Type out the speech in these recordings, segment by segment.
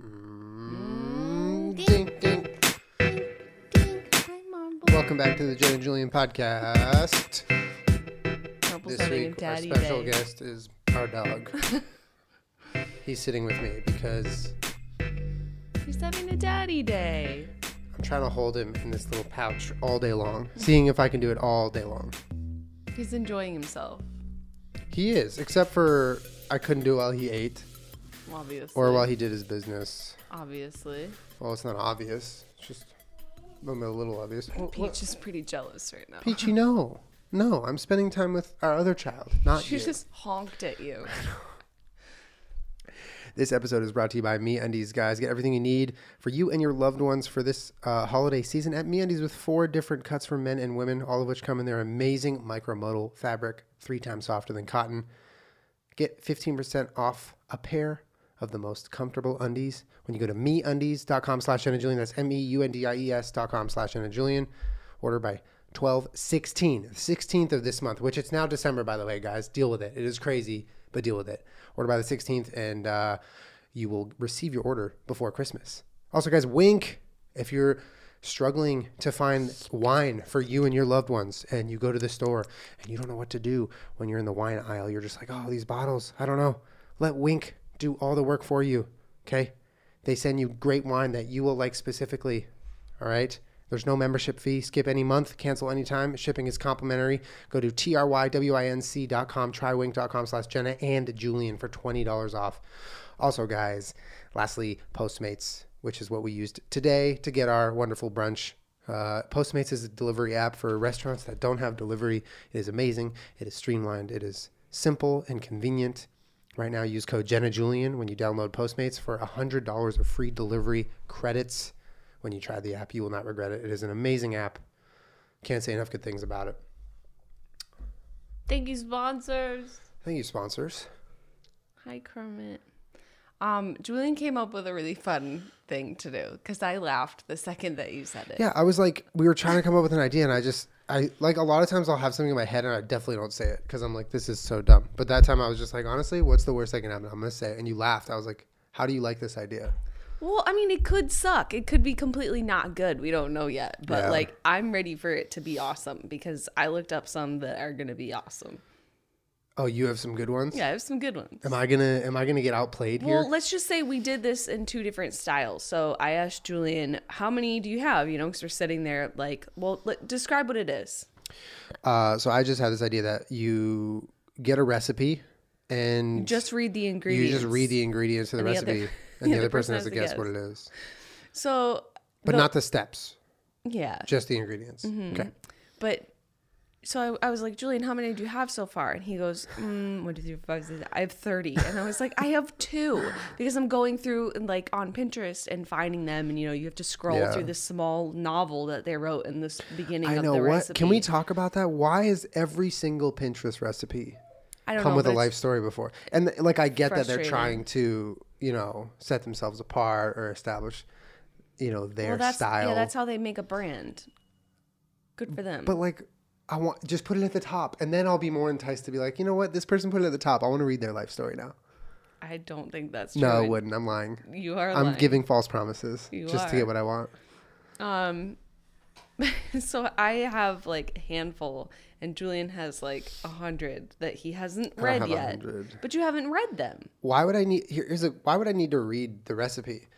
Mm, Dink, dink. Hi, Marble. Welcome back to the Jen and Julian podcast. Marble's This having a week, our daddy special day. guest is our dog. He's sitting with me because He's having a daddy day. I'm trying to hold him in this little pouch all day long, seeing if I can do it all day long. He's enjoying himself, He is, except for I couldn't do it while he ate obviously. or while he did his business. obviously. Well, it's not obvious. It's just a little obvious. Oh, Peach what- is pretty jealous right now. Peachy, no. No, I'm spending time with our other child, not She you. just honked at you. This episode is brought to you by Me Undies, guys. Get everything you need for you and your loved ones for this uh, holiday season at Me Undies with four different cuts for men and women, all of which come in their amazing micromodal fabric, three times softer than cotton. Get 15% off a pair of the most comfortable undies when you go to meundies.com slash Jenna Julian. That's E M-E-U-N-D-I-E-S dot com slash Jenna Julian. Order by 12 16, 16th of this month, which it's now December, by the way, guys. Deal with it. It is crazy, but deal with it. Order by the 16th and uh, you will receive your order before Christmas. Also, guys, wink if you're struggling to find wine for you and your loved ones and you go to the store and you don't know what to do when you're in the wine aisle you're just like oh these bottles i don't know let wink do all the work for you okay they send you great wine that you will like specifically all right there's no membership fee skip any month cancel anytime shipping is complimentary go to trywincc.com trywink.com slash jenna and julian for $20 off also guys lastly postmates which is what we used today to get our wonderful brunch. Uh, Postmates is a delivery app for restaurants that don't have delivery. It is amazing. It is streamlined. It is simple and convenient. Right now, use code Jenna Julian when you download Postmates for $100 of free delivery credits. When you try the app, you will not regret it. It is an amazing app. Can't say enough good things about it. Thank you, sponsors. Thank you, sponsors. Hi, Kermit. Um, Julian came up with a really fun thing to do because I laughed the second that you said it. Yeah, I was like, we were trying to come up with an idea, and I just, I like a lot of times I'll have something in my head, and I definitely don't say it because I'm like, this is so dumb. But that time I was just like, honestly, what's the worst that can happen? I'm gonna say it, and you laughed. I was like, how do you like this idea? Well, I mean, it could suck. It could be completely not good. We don't know yet. But Yeah. like, I'm ready for it to be awesome because I looked up some that are gonna be awesome. Oh, you have some good ones. Yeah, I have some good ones. Am I gonna am I gonna get outplayed Well, here? let's just say we did this in two different styles. So I asked Julian, "How many do you have?" You know, because we're sitting there like, "Well, let, describe what it is." Uh, so I just had this idea that you get a recipe, and Just read the you ingredients. just read the ingredients to the the other- recipe, and the other person has to guess, what it is, So, but Mm-hmm. not the steps, yeah, just the ingredients. Okay. but so I, I was like, Julian, how many do you have so far? And he goes, mm, one, two, three, four, five, six. I have 30. And I was like, I have two because I'm going through and like on Pinterest and finding them. And you know, you have to scroll Yeah. through this small novel that they wrote in this beginning I of know the what. recipe. Can we talk about that? Why is every single Pinterest recipe I don't come know, with but a it's- life story before? And th- like, I get that they're Frustrating. trying to, you know, set themselves apart or establish, you know, their Well, that's, style. Yeah, that's how they make a brand. Good for them. but like, I want just put it at the top, and then I'll be more enticed to be like, you know what, this person put it at the top. I want to read their life story now. I don't think that's true. No, I wouldn't. I'm lying. you are. I'm lying. giving false promises You just to are. get what I want. Um, so I have like a handful, and Julian has like a hundred that he hasn't read have a yet. hundred. But you haven't read them. why would I need here- here's a why would I need to read the recipe?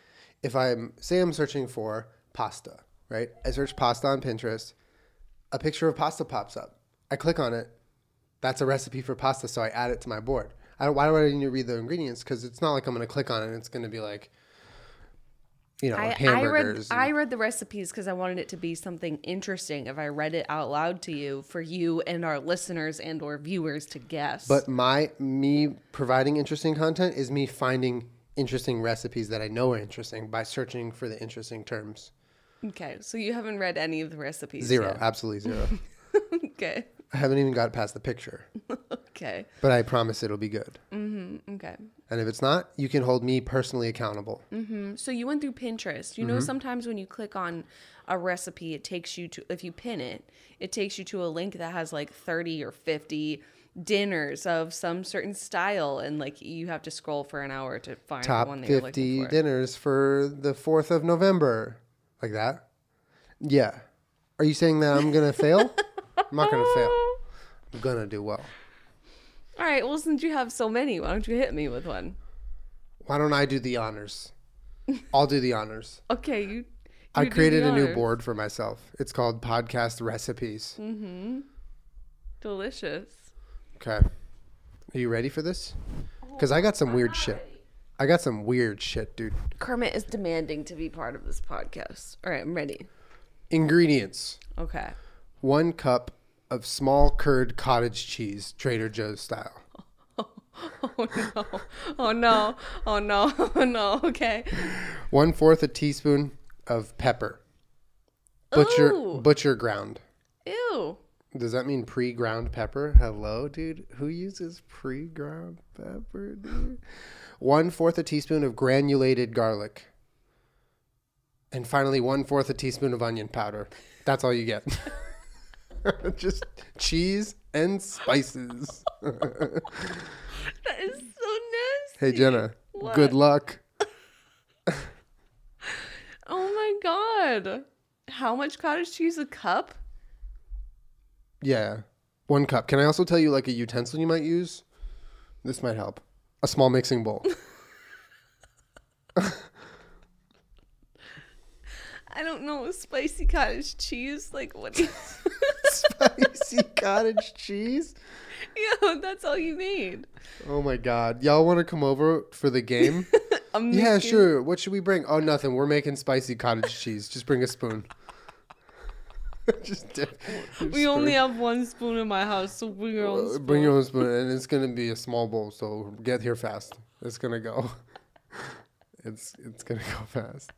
If I'm say I'm searching for pasta, right? I search pasta on Pinterest, a picture of pasta pops up. I click on it. That's a recipe for pasta, so I add it to my board. I don't, why do I need to read the ingredients? Because it's not like I'm going to click on it and it's going to be like, you know, I, I read Oh, hamburgers. and- I read the recipes because I wanted it to be something interesting. If I read it out loud to you, for you and our listeners and or viewers to guess. But my me providing interesting content is me finding interesting recipes that I know are interesting by searching for the interesting terms. okay, so you haven't read any of the recipes. Zero, absolutely zero. yet. okay. I haven't even got past the picture, Okay. but I promise it'll be good. Okay. And if it's not, you can hold me personally accountable. Mm-hmm. So you went through Pinterest. You Mm-hmm. know, sometimes when you click on a recipe, it takes you to, if you pin it, it takes you to a link that has like 30 or 50 dinners of some certain style, and like you have to scroll for an hour to find the top one that you're looking 50 for. dinners for the 4th of November. Like that? Yeah. Are you saying that I'm going to fail? I'm not going to fail. I'm going to do well. All right, well, since you have so many, why don't you hit me with one? Why don't I do the honors? I'll do the honors. Okay, you. you I do created the a new honors. Mm. board for myself. It's called Podcast Recipes. Delicious. Okay. Are you ready for this? Because I got some weird shit. I got some weird shit, dude. Kermit is demanding to be part of this podcast. All right, I'm ready. Ingredients Okay. one cup of small curd cottage cheese, Trader Joe's style. Oh no. Oh no. Oh no. Oh no. Okay. One fourth a teaspoon of pepper. Butcher Ooh. butcher ground. Ew. Does that mean pre ground pepper? Hello, dude. Who uses pre ground pepper, dude? One fourth a teaspoon of granulated garlic. And finally, one fourth a teaspoon of onion powder. That's all you get. Just cheese and spices. That is so nasty. Hey, Jenna, good luck. Oh my god. How much cottage cheese a cup? Yeah. One cup. Can I also tell you like a utensil you might use? This might help. A small mixing bowl. I don't know. Spicy cottage cheese? Like what? do you- Spicy cottage cheese. Yo, that's all you need. Oh my god. Y'all want to come over for the game? I'm yeah, sure. What should we bring? Oh, nothing. We're making spicy cottage cheese. Just bring a spoon. Just dip your We only spoon. have one spoon in my house, so bring your own Uh, spoon. Bring your own spoon, and it's gonna be a small bowl. So get here fast. It's gonna go. It's it's gonna go fast.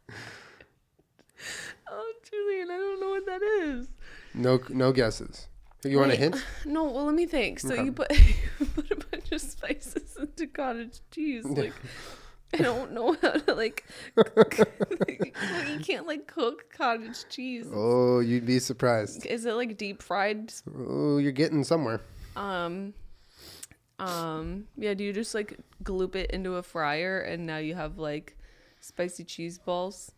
Oh, Julian, I don't know what that is. No no guesses. You want a Wait. hint? No, well, let me think. So Okay. you put you put a bunch of spices into cottage cheese. Like I don't know how to like. like, you can't like cook cottage cheese. Oh, you'd be surprised. Is it like deep fried? Oh, you're getting somewhere. Um, um, yeah. Do you just like gloop it into a fryer and now you have like spicy cheese balls?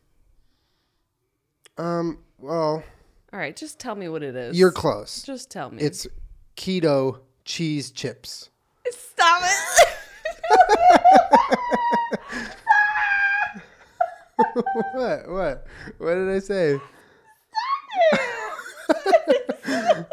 Um, well, All right, just tell me what it is. you're close. just tell me. It's keto cheese chips. Stop it. What? What? What did I say? fucking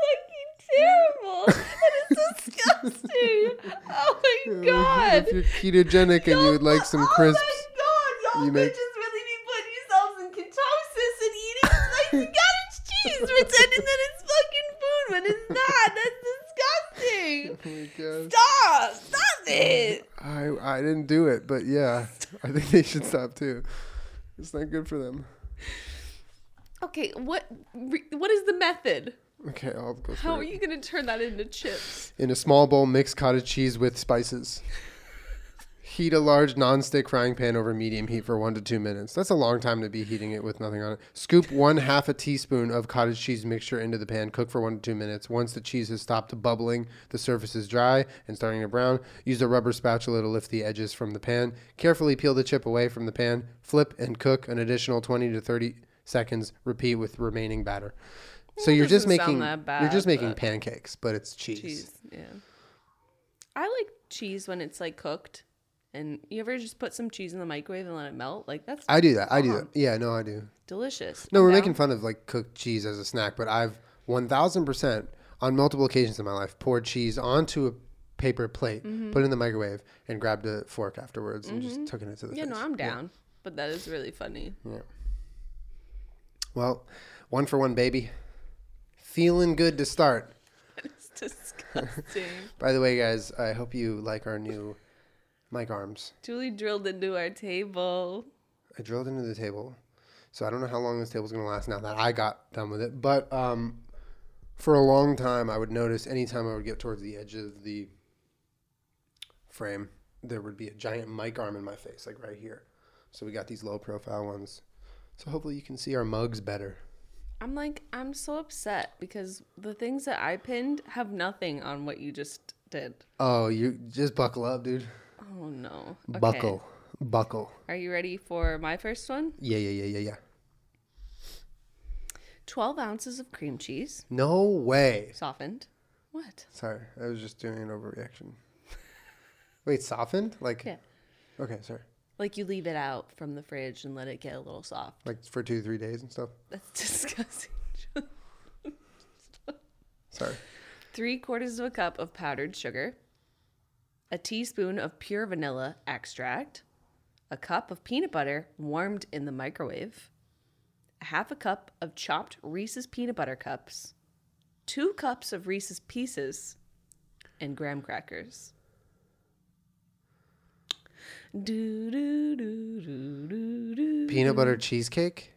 terrible. That is disgusting. Oh my god. If you're ketogenic and you would like some crisps, Oh my god, y'all you make- bitches really be putting yourselves in ketosis and eating spicy cottage cheese, pretending that it's fucking food when it's not. That's disgusting. oh my God. Stop! Stop it! I I didn't do it, but yeah, I think they should stop too. It's not good for them. Okay, what re- what is the method? Okay, I'll go How through. are it. you gonna turn that into chips? In a small bowl, mix cottage cheese with spices. Heat a large non-stick frying pan over medium heat for one to two minutes. That's a long time to be heating it with nothing on it. Scoop one half a teaspoon of cottage cheese mixture into the pan. Cook for one to two minutes. Once the cheese has stopped bubbling, the surface is dry and starting to brown. Use a rubber spatula to lift the edges from the pan. Carefully peel the chip away from the pan. Flip and cook an additional 20 to 30 seconds. Repeat with remaining batter. So you're just doesn't sound making that you're bad, just making but- pancakes, but it's cheese. cheese. Yeah. I like cheese when it's like cooked. And you ever just put some cheese in the microwave and let it melt? Like that's I do that. I do Uh-huh. that. Yeah, no, I do. delicious. No, I'm we're down. making fun of like cooked cheese as a snack, but I've 1000% on multiple occasions in my life poured cheese onto a paper plate, Mm-hmm. put it in the microwave, and grabbed a fork afterwards and just took it to the Yeah, face. no, I'm down. But that is really funny. Well, one for one, baby. Feeling good to start. It's disgusting. By the way, guys, I hope you like our new mic arms. Julie drilled into our table. I drilled into the table. So I don't know how long this table's gonna last now that I got done with it. But um, for a long time, I would notice anytime I would get towards the edge of the frame, there would be a giant mic arm in my face, like right here. So we got these low profile ones. So hopefully you can see our mugs better. I'm like, I'm so upset because the things that I pinned have nothing on what you just did. Oh, you just buckle up, dude. Oh no. Okay. Buckle. Buckle. Are you ready for my first one? Yeah, yeah, yeah, yeah, yeah. 12 ounces of cream cheese, No way. softened. What? Sorry, I was just doing an overreaction. Wait, softened? Like, Yeah. okay, sorry. Like you leave it out from the fridge and let it get a little soft. Like for two, three days and stuff. That's disgusting. Sorry. Three quarters of a cup of powdered sugar, a teaspoon of pure vanilla extract, a cup of peanut butter warmed in the microwave, a half a cup of chopped Reese's peanut butter cups, two cups of Reese's pieces, and graham crackers. Do, do, do, do, do, do. Peanut butter cheesecake?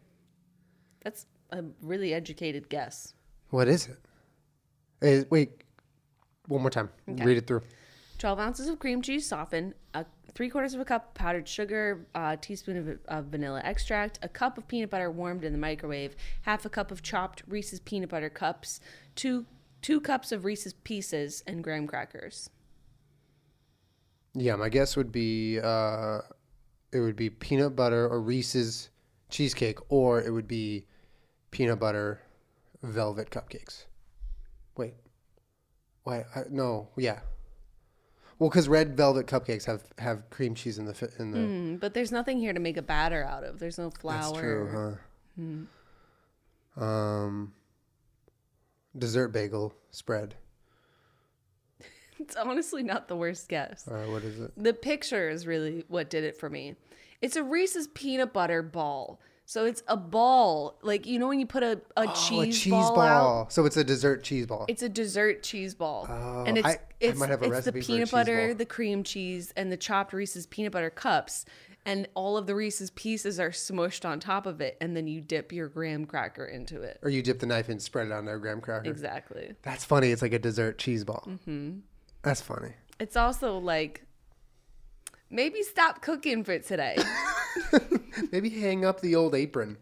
That's a really educated guess. What is it? Eh, wait, one more time. Read it through. 12 ounces of cream cheese softened, a three quarters of a cup of powdered sugar, a teaspoon of, of vanilla extract, a cup of peanut butter warmed in the microwave, half a cup of chopped Reese's peanut butter cups, two two cups of Reese's pieces, and graham crackers. Yeah, my guess would be uh, it would be peanut butter or Reese's cheesecake, or it would be peanut butter velvet cupcakes. Wait, why? I, no, yeah. Well, because red velvet cupcakes have have cream cheese in the fi- in the. Mm, but there's nothing here to make a batter out of. There's no flour. That's true, huh? Hmm. Um, dessert bagel spread. It's honestly not the worst guess. Uh, what is it? The picture is really what did it for me. It's a Reese's peanut butter ball. So it's a ball. Like, you know, when you put a, a, oh, a cheese, cheese ball, ball. out, So it's a dessert cheese ball. it's a dessert cheese ball. Oh, and it's, I- I it's, might have a it's recipe the for a peanut cheese butter, ball. the cream cheese, and the chopped Reese's peanut butter cups. And all of the Reese's pieces are smushed on top of it. And then you dip your graham cracker into it. or you dip the knife and spread it on a graham cracker. Exactly. That's funny. It's like a dessert cheese ball. Mm-hmm. That's funny. It's also like, maybe stop cooking for today. Maybe hang up the old apron.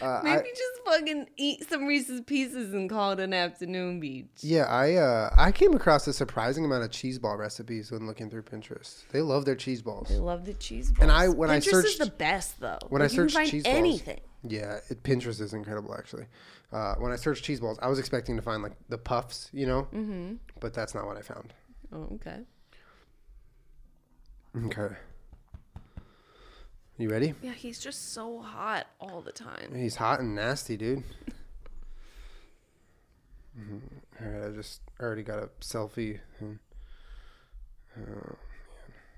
Uh, Maybe just fucking eat some Reese's Pieces and call it an afternoon beach. Yeah, I uh, I came across a surprising amount of cheese ball recipes when looking through Pinterest. They love their cheese balls. I love the cheese balls. And I- when I Pinterest is searched- the best though. When I Like, you can searched find cheese balls, anything. yeah, it, Pinterest is incredible actually. Uh, when I searched cheese balls, I was expecting to find like the puffs, you know, mm-hmm. but that's not what I found. Oh, okay. Okay, you ready? Yeah, he's just so hot all the time. He's hot and nasty, dude. Mhm. All right, I just already got a selfie.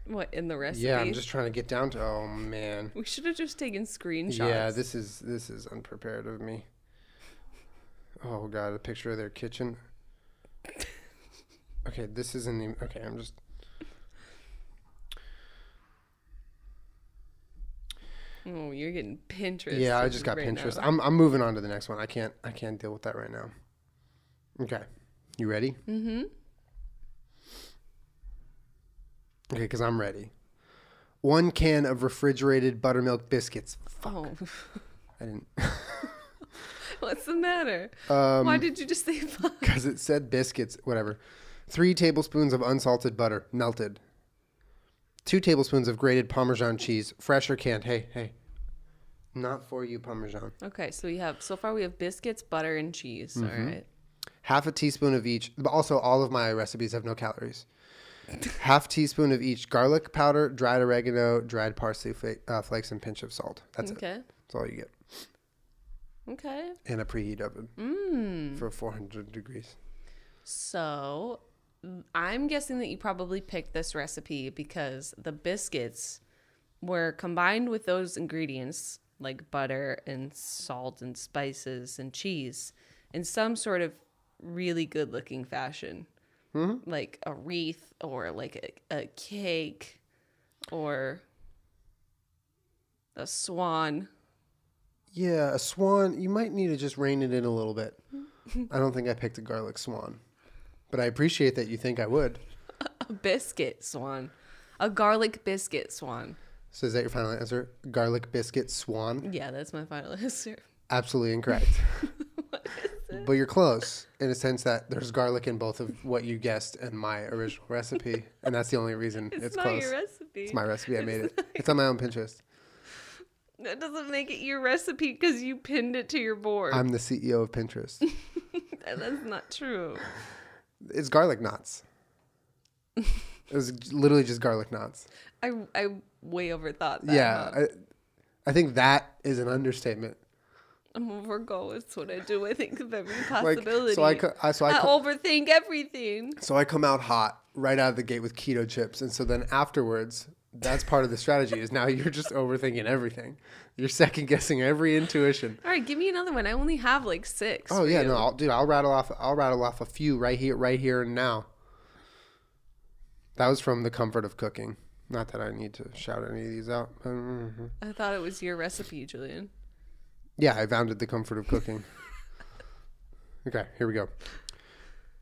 What in the recipe? Yeah, I'm just trying to get down to. Oh man. We should have just taken screenshots. Yeah, this is this is unprepared of me. Oh god, a picture of their kitchen. Okay, this isn't even okay, I'm just oh, you're getting Pinterest. Yeah, I just got right Pinterest. now. I'm I'm moving on to the next one. I can't I can't deal with that right now. Okay. You ready? Mm-hmm. Okay, because I'm ready. One can of refrigerated buttermilk biscuits. Oh, I didn't what's the matter? Um, Why did you just say fuck? because it said biscuits, whatever. Three tablespoons of unsalted butter, melted. Two tablespoons of grated Parmesan cheese, fresh or canned. Hey, hey. Not for you, Parmesan. Okay, so we have so far we have biscuits, butter, and cheese. All Mm-hmm. right. Half a teaspoon of each. But also, all of my recipes have no calories. Half teaspoon of each garlic powder, dried oregano, dried parsley fla- uh, flakes, and pinch of salt. That's it. Okay. That's all you get. Okay. And a preheat oven for 400 degrees. So I'm guessing that you probably picked this recipe because the biscuits were combined with those ingredients like butter and salt and spices and cheese in some sort of really good looking fashion. Like a wreath or like a, a cake or a swan. Yeah, a swan. You might need to just rein it in a little bit. I don't think I picked a garlic swan, but I appreciate that you think I would. A biscuit swan. A garlic biscuit swan. So is that your final answer? Garlic biscuit swan? Yeah, that's my final answer. Absolutely incorrect. it? But you're close in a sense that there's garlic in both of what you guessed and my original recipe, and that's the only reason it's, It's, not close. your recipe. It's my recipe. I made it. It's on my own Pinterest. That doesn't make it your recipe because you pinned it to your board. I'm the CEO of Pinterest. That- That's not true. It's garlic knots. It was literally just garlic knots. I I way overthought that. yeah, huh? I, I think that is an understatement. I'm overgo. It's what I do. I think of every Like possibility. so, I, co- I so I, I co- overthink everything. So I come out hot right out of the gate with keto chips. And so then afterwards, that's part of the strategy is now you're just overthinking everything. You're second guessing every intuition. All right, give me another one. I only have like six. Oh for yeah, you. no, I'll, dude, I'll rattle off I'll rattle off a few right here right here and now. That was from the comfort of cooking. Not that I need to shout any of these out. Mhm. I thought it was your recipe, Julian. Yeah, I founded the comfort of cooking. okay, here we go.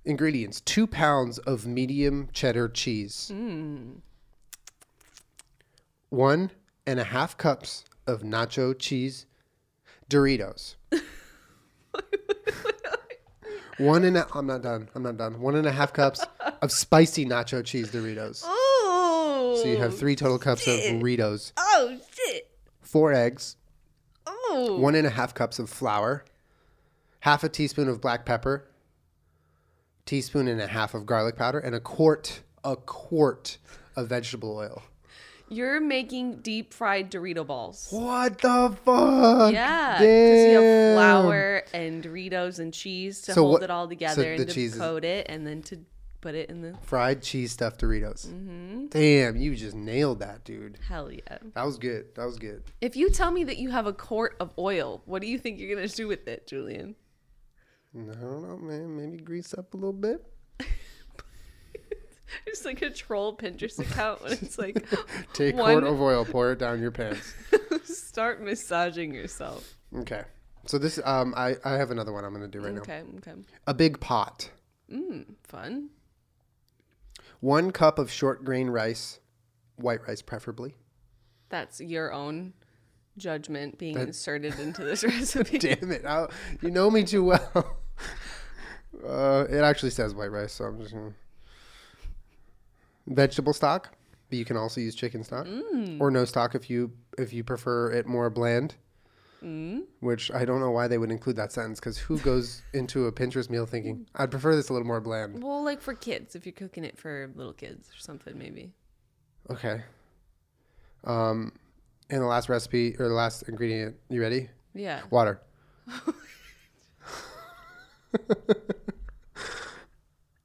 Ingredients: two pounds of medium cheddar cheese, one and a half cups of nacho cheese Doritos. One and a, I'm not done. I'm not done. One and a half cups of spicy nacho cheese Doritos. Oh. So you have three total cups of Doritos, Oh shit. four eggs, Oh. one and a half cups of flour, half a teaspoon of black pepper, teaspoon and a half of garlic powder, and a quart, a quart of vegetable oil. You're making deep fried Dorito balls. What the fuck? Yeah, because you have Damn. flour and Doritos and cheese to So hold what- it all so together the and to cheese is- coat it, and then to put it in the Fried cheese stuffed Doritos. Mm-hmm. Damn, you just nailed that, dude. hell yeah. That was good. That was good. If you tell me that you have a quart of oil, what do you think you're gonna do with it, Julian? I don't know, man. Maybe grease up a little bit. It's like a troll Pinterest account when it's like, Take One- quart of oil, pour it down your pants. start massaging yourself. Okay. So this, um, I, I have another one I'm gonna do right now. Okay, okay, A big pot. fun. One cup of short grain rice, white rice preferably. That's your own judgment being inserted into this recipe. Damn it. I, you know me too well. uh, it actually says white rice, so I'm just going to. Vegetable stock, but you can also use chicken stock or no stock if you if you prefer it more bland. Which I don't know why they would include that sentence because who goes into a Pinterest meal thinking I'd prefer this a little more bland? Well, like for kids, if you're cooking it for little kids or something, maybe. Okay. Um, and the last recipe or the last ingredient, you ready? Yeah. Water.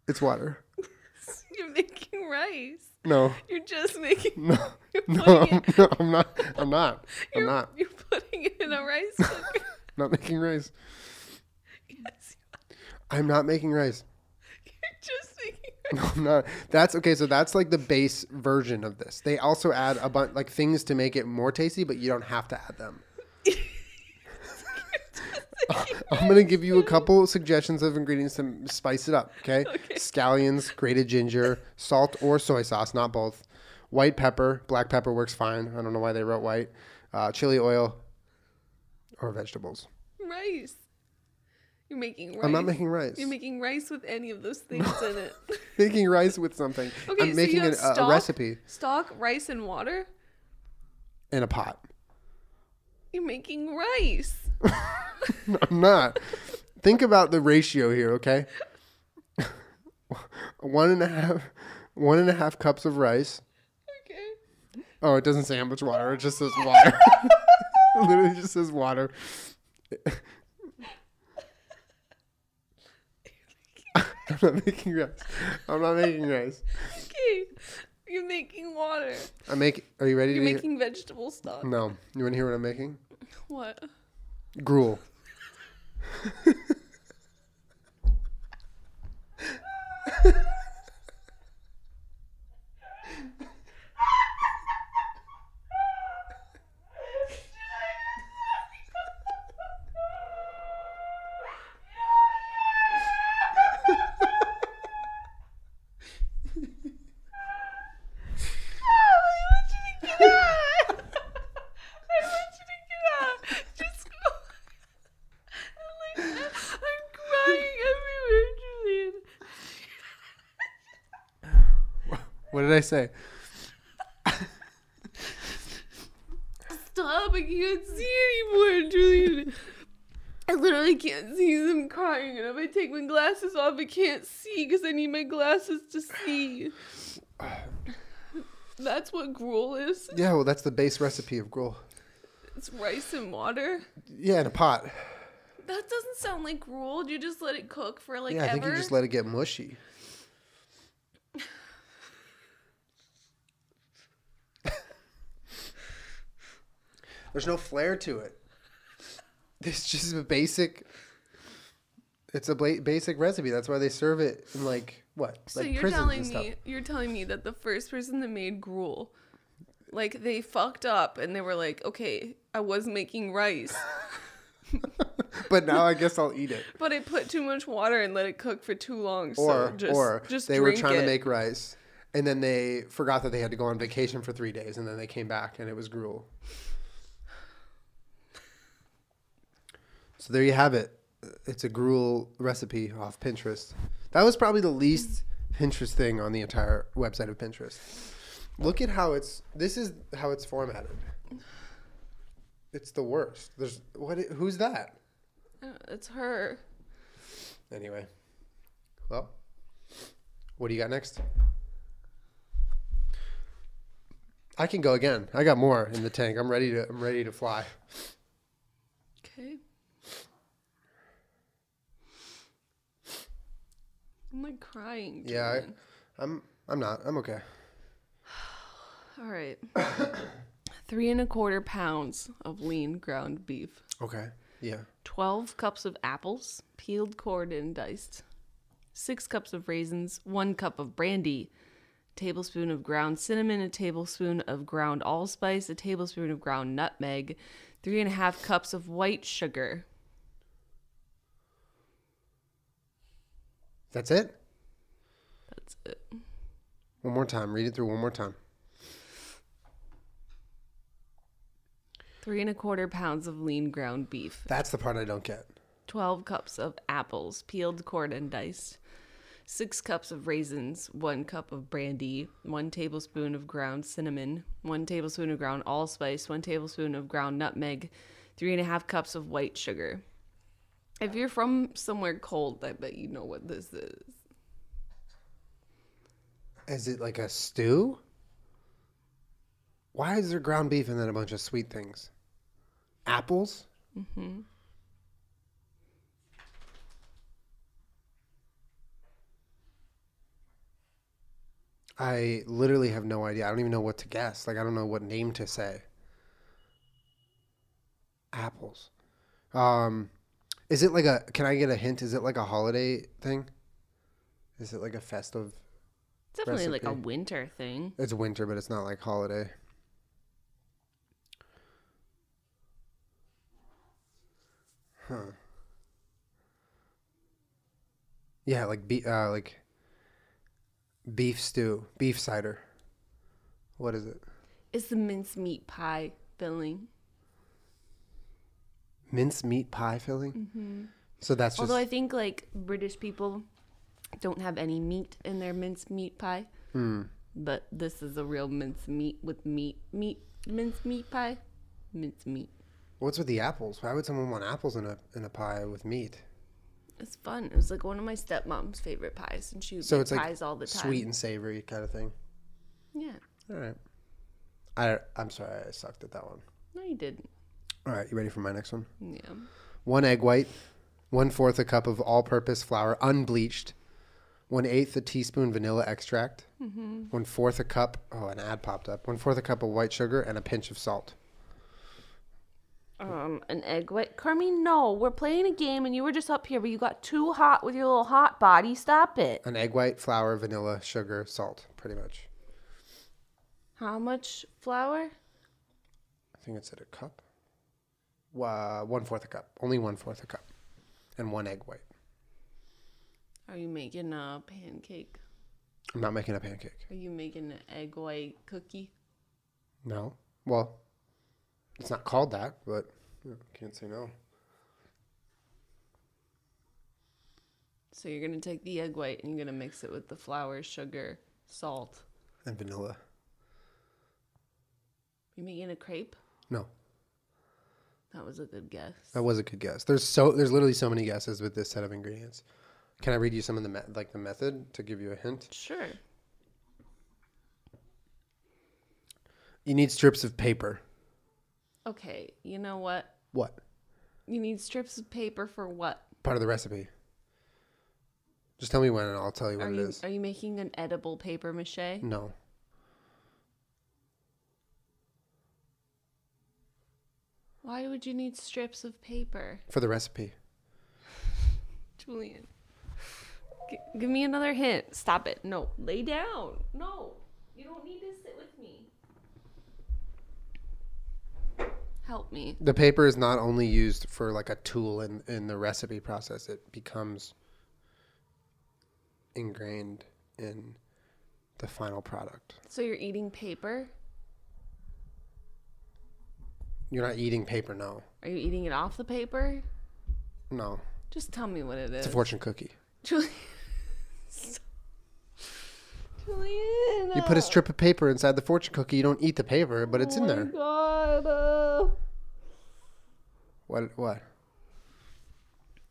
it's water. You're making rice. No, You're just making. no, You're no, putting it. no, I'm not. I'm not. I'm You're, not. you're putting it in a rice cooker. Not making rice. yes, I'm not making rice. you're just making. No, I'm not. That's okay. So that's like the base version of this. They also add a bunch like things to make it more tasty, but you don't have to add them. I'm gonna give you a couple suggestions of ingredients to spice it up. Okay? scallions, grated ginger, salt or soy sauce, not both. White pepper, black pepper works fine. I don't know why they wrote white. Uh, chili oil, or vegetables. rice. You're making rice. I'm not making rice. You're making rice with any of those things in it. making rice with something. Okay, I'm making so you an, have a, a stock, recipe Stock, rice, and water. in a pot. You're making rice. I'm not. Think about the ratio here, okay? one and a half, one and a half cups of rice. Okay. Oh, it doesn't say how much water. It just says water. It Literally just says water. I'm not making rice. I'm not making rice. Okay. You're making water. I make. Are you ready You're to? eat- making vegetable stock. no. You want to hear what I'm making? What? Gruel. I want you to get out. I want you to get out. Just go. I like that. did I say? Stop! I can't see anymore, Julian. I literally can't see. 'cause I'm crying, and if I take my glasses off, I can't see because I need my glasses to see. That's what gruel is. Yeah, well, that's the base recipe of gruel. It's rice and water. Yeah, in a pot. That doesn't sound like gruel. Do you just let it cook for like yeah, I ever? think you just let it get mushy. There's no flair to it. It's just a basic. It's a bla- basic recipe. That's why they serve it in like what, so like you're prisons telling and stuff. me you're telling me that the first person that made gruel, like they fucked up and they were like, okay, I was making rice, But now I guess I'll eat it. but I put too much water and let it cook for too long. Or so just, or just they were drink trying it. to make rice, and then they forgot that they had to go on vacation for three days, and then they came back and it was gruel. So there you have it. It's a gruel recipe off Pinterest. That was probably the least Pinterest thing on the entire website of Pinterest. Look at how it's. This is how it's formatted. It's the worst. There's what? i- Who's that? Uh, It's her. Anyway, well, what do you got next? I can go again. I got more in the tank. I'm ready to. I'm ready to fly. Okay. I'm like crying. Yeah, Julian. I, I'm. I'm not. I'm okay. All right. Three and a quarter pounds of lean ground beef. Okay. Yeah. 12 cups of apples, peeled, cored, and diced, 6 cups of raisins, 1 cup of brandy, tablespoon of ground cinnamon, a tablespoon of ground allspice, a tablespoon of ground nutmeg, 3 and a half cups of white sugar. That's it. That's it. One more time. Read it through one more time. 3 and a quarter pounds of lean ground beef, That's the part I don't get. 12 cups of apples, peeled, cored, and diced, 6 cups of raisins, 1 cup of brandy, 1 tablespoon of ground cinnamon, 1 tablespoon of ground allspice, 1 tablespoon of ground nutmeg, 3.5 cups of white sugar. If you're from somewhere cold, I bet you know what this is. Is it like a stew? Why is there ground beef and then a bunch of sweet things? Apples? Mm-hmm. I literally have no idea. I don't even know what to guess. Like, I don't know what name to say. Apples. Um, is it like a, can I get a hint? Is it like a holiday thing? Is it like a festive It's definitely like a Recipe. winter thing. it's winter, but it's not like holiday. Huh. Yeah, like be uh, like beef stew, beef cider. What is it? It's the mincemeat pie filling. Mince meat pie filling. Mm-hmm. So that's just Although I think like British people don't have any meat in their minced meat pie. Hmm. But this is a real minced meat with meat, meat, minced meat pie, minced meat. what's with the apples? Why would someone want apples in a in a pie with meat? It's fun. It was like one of my stepmom's favorite pies, and she would So make it's like pies all the time. sweet and savory kind of thing. Yeah. All right. I I'm sorry, I sucked at that one. No, you didn't. All right, you ready for my next one? Yeah. one egg white, one fourth a cup of all purpose flour, unbleached, one eighth a teaspoon vanilla extract, one fourth a cup, oh, an ad popped up, one fourth a cup of white sugar, and a pinch of salt. Um, an egg white. Carmine, no, we're playing a game, and you were just up here, but you got too hot with your little hot body. Stop it. An egg white, flour, vanilla, sugar, salt, pretty much. How much flour? I think it's at a cup. Uh, one fourth a cup, only one fourth a cup, and one egg white. Are you making uh, a pancake? I'm not making a pancake. Are you making an egg white cookie? No. Well, it's not called that, but you know, can't say no. So you're gonna take the egg white and you're gonna mix it with the flour, sugar, salt, and vanilla. You making a crepe? No, That was a good guess. that was a good guess. There's so there's literally so many guesses with this set of ingredients. Can I read you some of the me- like the method to give you a hint? Sure. You need strips of paper. Okay. You know what? What You need strips of paper for what? part of the recipe? Just tell me when, and I'll tell you what Are it is. you are you making an edible paper mache? No. Why would you need strips of paper, For the recipe. Julian? G- give me another hint. Stop it. No, lay down. No, you don't need to sit with me. Help me. The paper is not only used for like a tool in, in the recipe process, it becomes ingrained in the final product. So you're eating paper? You're not eating paper, no. Are you eating it off the paper? No. Just tell me what it is. It's a fortune cookie. Julian. Julian. oh You put a strip of paper inside the fortune cookie, you don't eat the paper, but it's in Oh my there. God. uh. What what?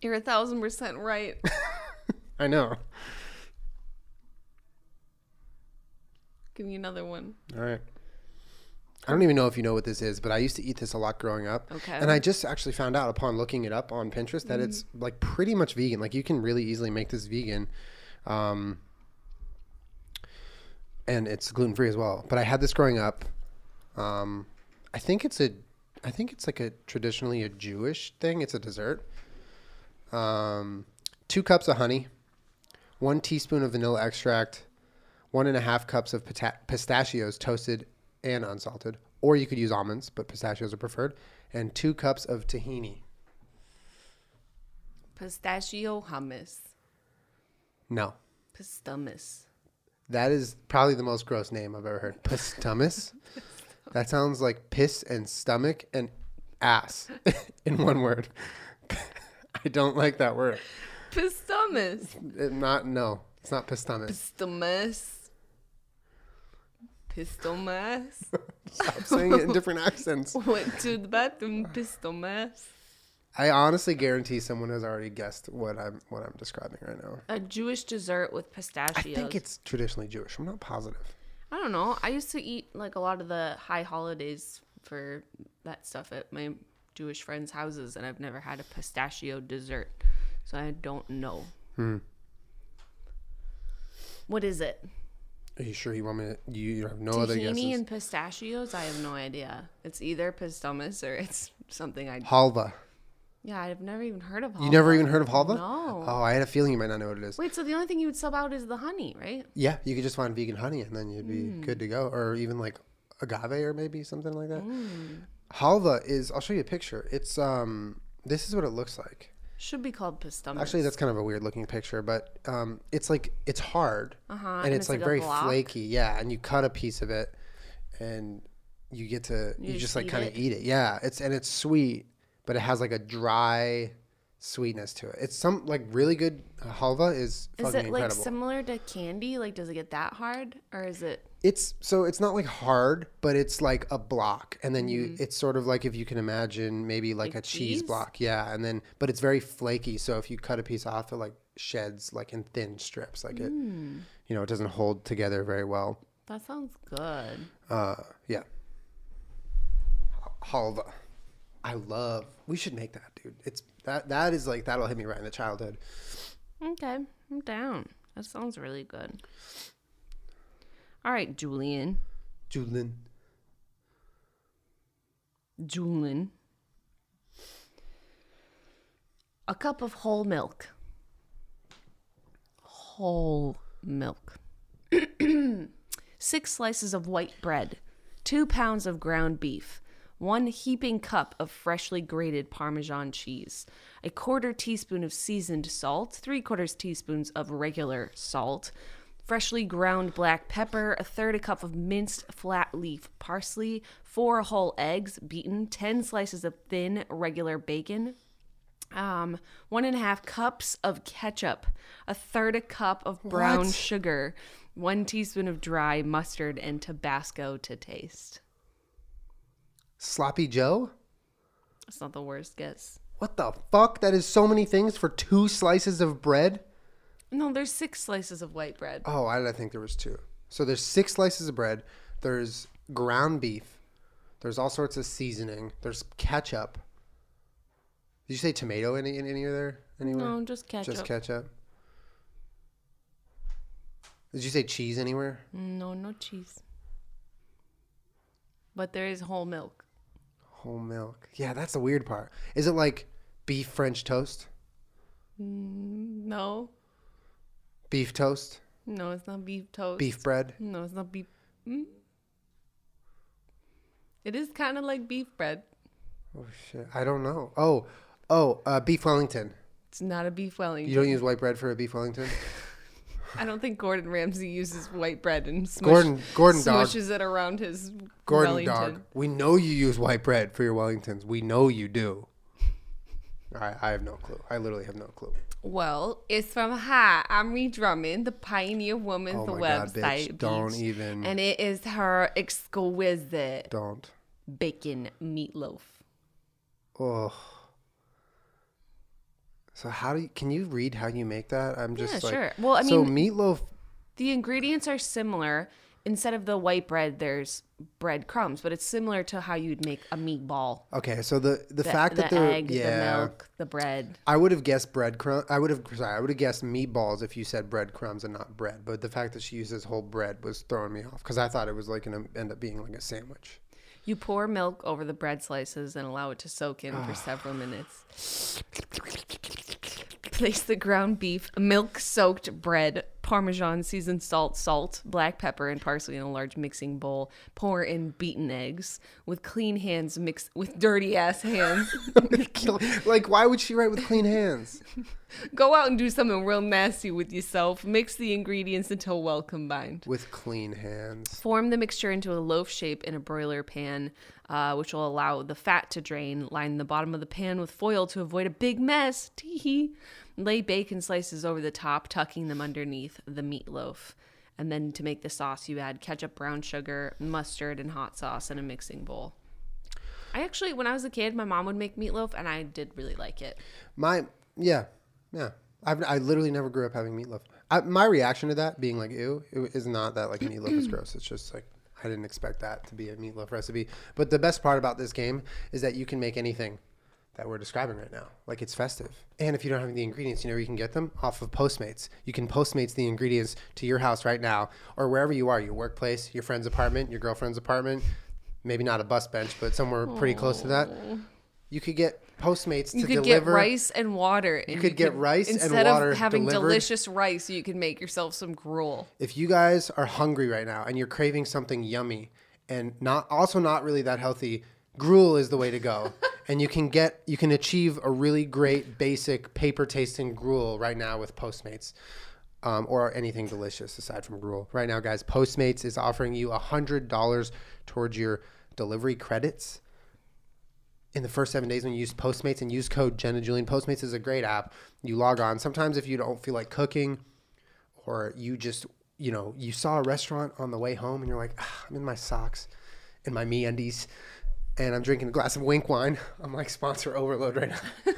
You're a thousand percent right. I know. Give me another one. All right. I don't even know if you know what this is, but I used to eat this a lot growing up. Okay. And I just actually found out upon looking it up on Pinterest that it's like pretty much vegan. Like you can really easily make this vegan. Um, and it's gluten free as well. But I had this growing up. Um, I think it's a, I think it's like a traditionally a Jewish thing. It's a dessert. Um, two cups of honey, one teaspoon of vanilla extract, one and a half cups of pita- pistachios toasted and unsalted, or you could use almonds, but pistachios are preferred, and two cups of tahini. Pistachio hummus. No, Pistumus. that is probably the most gross name I've ever heard. Pistumus. that sounds like piss and stomach and ass in one word. I don't like that word. Pistumus. It not no, it's not pistumus. Pistumus. Pistumus. Stop saying it in different accents. Went to the bathroom. Pistumus. I honestly guarantee someone has already guessed what I'm what I'm describing right now. A Jewish dessert with pistachios. I think it's traditionally Jewish. I'm not positive. I don't know. I used to eat like a lot of the high holidays for that stuff at my Jewish friends' houses, and I've never had a pistachio dessert, so I don't know. Hmm. What is it? Are you sure you want me to? You, you have no other guesses. Tahini and pistachios? I have no idea. It's either pistumus or it's something I. halva. Yeah, I've never even heard of. You never even heard of halva? No. Oh, I had a feeling you might not know what it is. Wait, so the only thing you would sub out is the honey, right? Yeah, you could just find vegan honey and then you'd be Hmm. good to go. Or even like agave or maybe something like that. Hmm. Halva is, I'll show you a picture. It's, um, this is what it looks like. Should be called pistumus. Actually, that's kind of a weird looking picture, but um, it's like, it's hard. Uh-huh, And, and it's, it's like, like a very block. flaky. Yeah. And you cut a piece of it and you get to, you, just just like eat kind of it? eat it. Yeah. It's, and it's sweet, but it has like a dry sweetness to it. It's some, like, really good uh, halva is fucking is it incredible. like similar to candy? Like, does it get that hard, or is it? it's so it's not like hard, but it's like a block, and then you it's sort of like if you can imagine maybe like, a cheese? cheese? block, yeah, and then but it's very flaky. So if you cut a piece off, it like sheds like in thin strips, like it, you know, it doesn't hold together very well. That sounds good. Uh, yeah, halva, I love. We should make that, dude. It's that that is like that'll hit me right in the childhood. Okay, I'm down. That sounds really good. All right, Julian. Julin, Julian. A cup of whole milk. Whole milk. Six slices of white bread. Two pounds of ground beef. One heaping cup of freshly grated Parmesan cheese. A quarter teaspoon of seasoned salt. Three quarters teaspoons of regular salt. Freshly ground black pepper. A third a cup of minced flat leaf parsley. Four whole eggs beaten. Ten slices of thin regular bacon um, one and a half cups of ketchup, a third a cup of brown What? sugar, one teaspoon of dry mustard, and Tabasco to taste. Sloppy Joe? That's not the worst guess. What the fuck? That is so many things for two slices of bread? No, there's six slices of white bread. Oh, why did I think there was two? So there's six slices of bread. There's ground beef. There's all sorts of seasoning. There's ketchup. Did you say tomato in, in any of there? Anywhere? No, just ketchup. Just ketchup. Did you say cheese anywhere? no, no cheese. But there is whole milk. Whole milk. Yeah, that's the weird part. Is it like beef French toast? No, Beef toast? no, it's not beef toast. Beef bread? No, it's not beef. Mm. It is kind of like beef bread. Oh shit. I don't know. Oh, oh, uh, beef Wellington. It's not a beef Wellington. You don't use white bread for a beef Wellington? I don't think Gordon Ramsay uses white bread and smush, Gordon- Gordon dog. smushes it around his Gordon Wellington. dog. We know you use white bread for your Wellingtons. We know you do. I, I have no clue. I literally have no clue. Well, it's from Hi, I'm Ree Drummond, the pioneer woman's Oh my god, website. bitch. Don't bitch. even And it is her exquisite don't. bacon meatloaf. Oh. So how do you, can you read how you make that? I'm just Yeah, like sure. Well, I so meatloaf The ingredients are similar. Instead of the white bread, there's bread crumbs, but it's similar to how you'd make a meatball. Okay, so the the, The, fact that the they're egg, yeah, the milk, the bread. I would have guessed breadcrumb. I would have sorry, I would have guessed meatballs if you said breadcrumbs and not bread. But the fact that she uses whole bread was throwing me off because I thought it was like gonna end up being like a sandwich. You pour milk over the bread slices and allow it to soak in for several minutes. Place the ground beef, milk soaked bread, parmesan, seasoned salt, salt, black pepper, and parsley in a large mixing bowl. Pour in beaten eggs with clean hands mixed with dirty ass hands. like, why would she write with clean hands? Go out and do something real nasty with yourself. Mix the ingredients until well combined. With clean hands. Form the mixture into a loaf shape in a broiler pan, uh, which will allow the fat to drain. Line the bottom of the pan with foil to avoid a big mess. Teehee. Lay bacon slices over the top, tucking them underneath the meatloaf. And then to make the sauce, you add ketchup, brown sugar, mustard, and hot sauce in a mixing bowl. I actually, when I was a kid, my mom would make meatloaf, and I did really like it. My yeah, yeah. I've I literally never grew up having meatloaf. I, my reaction to that being like ew it is not that like meatloaf is gross. It's just like I didn't expect that to be a meatloaf recipe. But the best part about this game is that you can make anything that we're describing right now. Like it's festive. And if you don't have the ingredients, you know where you can get them off of Postmates. You can Postmates the ingredients to your house right now or wherever you are, your workplace, your friend's apartment, your girlfriend's apartment. Maybe not a bus bench, but somewhere pretty close to that. You could get Postmates to You could deliver get rice and water. And you could get rice and instead water of having delivered. delicious rice, you could make yourself some gruel. if you guys are hungry right now and you're craving something yummy and not also not really that healthy, gruel is the way to go. and you can get you can achieve a really great basic paper tasting gruel right now with Postmates. Um, or anything delicious aside from gruel. Right now, guys, Postmates is offering you $100 towards your delivery credits in the first seven days when you use Postmates and use code Jenna Julian. Postmates is a great app. You log on. Sometimes if you don't feel like cooking or you just, you know, you saw a restaurant on the way home and you're like, "Ah, I'm in my socks and my me undies and I'm drinking a glass of wink wine. I'm like sponsor overload right now.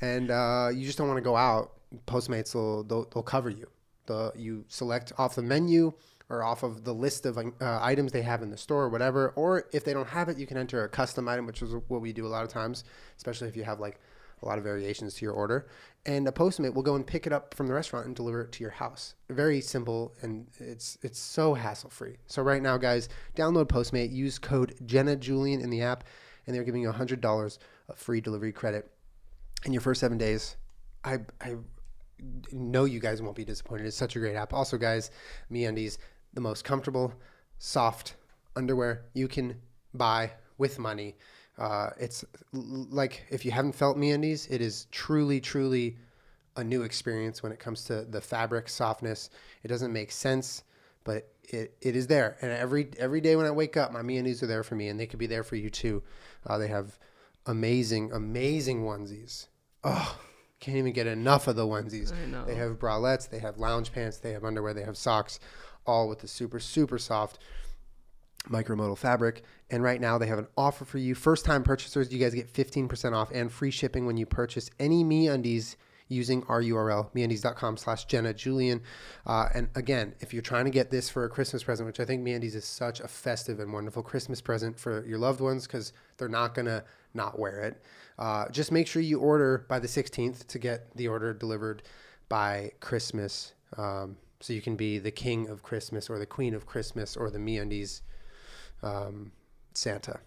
and uh, you just don't want to go out. Postmates will, they'll, they'll cover you. The, you select off the menu or off of the list of uh, items they have in the store or whatever. Or if they don't have it, you can enter a custom item, which is what we do a lot of times, especially if you have like a lot of variations to your order. And a postmate will go and pick it up from the restaurant and deliver it to your house. Very simple and it's it's so hassle free. So right now, guys, download Postmate, use code Jenna Julian in the app, and they're giving you hundred dollars of free delivery credit in your first seven days. I I know you guys won't be disappointed. It's such a great app. Also, guys, MeUndies, the most comfortable, soft underwear you can buy with money. Uh, it's l- like if you haven't felt MeUndies, it is truly, truly a new experience when it comes to the fabric softness. It doesn't make sense, but it, it is there. And every every day when I wake up, my MeUndies are there for me, and they could be there for you too. Uh, they have amazing, amazing onesies oh, can't even get enough of the onesies. I know. They have bralettes, they have lounge pants, they have underwear, they have socks, all with the super, super soft micromodal fabric. And right now they have an offer for you. First time purchasers, you guys get 15% off and free shipping when you purchase any me undies using our URL, meandies.com slash Jenna Julian. Uh, and again, if you're trying to get this for a Christmas present, which I think meandies is such a festive and wonderful Christmas present for your loved ones because they're not going to not wear it, uh, just make sure you order by the 16th to get the order delivered by Christmas. Um, so you can be the king of Christmas or the queen of Christmas or the meandies um, Santa.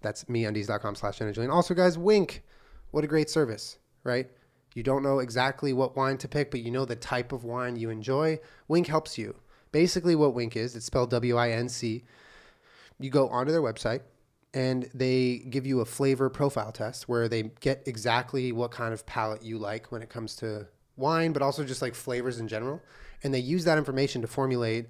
That's meundies.com slash Jenna Julian. Also, guys, Wink. What a great service, right? You don't know exactly what wine to pick, but you know the type of wine you enjoy. Wink helps you. Basically, what Wink is, it's spelled W I N C. You go onto their website and they give you a flavor profile test where they get exactly what kind of palate you like when it comes to wine, but also just like flavors in general. And they use that information to formulate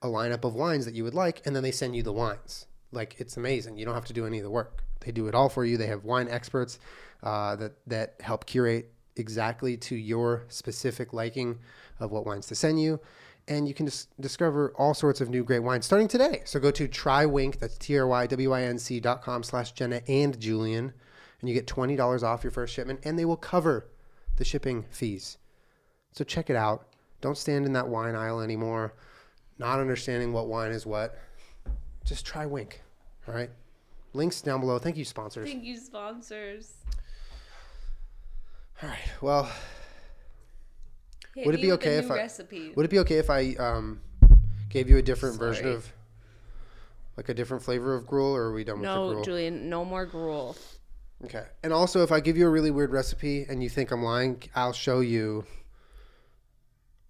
a lineup of wines that you would like, and then they send you the wines. Like it's amazing. You don't have to do any of the work. They do it all for you. They have wine experts uh, that that help curate exactly to your specific liking of what wines to send you, and you can just discover all sorts of new great wines starting today. So go to TryWink. That's T R Y W I N C dot com slash Jenna and Julian, and you get twenty dollars off your first shipment, and they will cover the shipping fees. So check it out. Don't stand in that wine aisle anymore, not understanding what wine is what. Just try Wink. All right. Links down below. Thank you, sponsors. Thank you, sponsors. All right. Well, Would it be okay if I- recipe? would it be okay if I um, gave you a different version Sorry. of, like a different flavor of gruel, or are we done with the No, gruel? Julian, no more gruel. Okay. And also, if I give you a really weird recipe and you think I'm lying, I'll show you.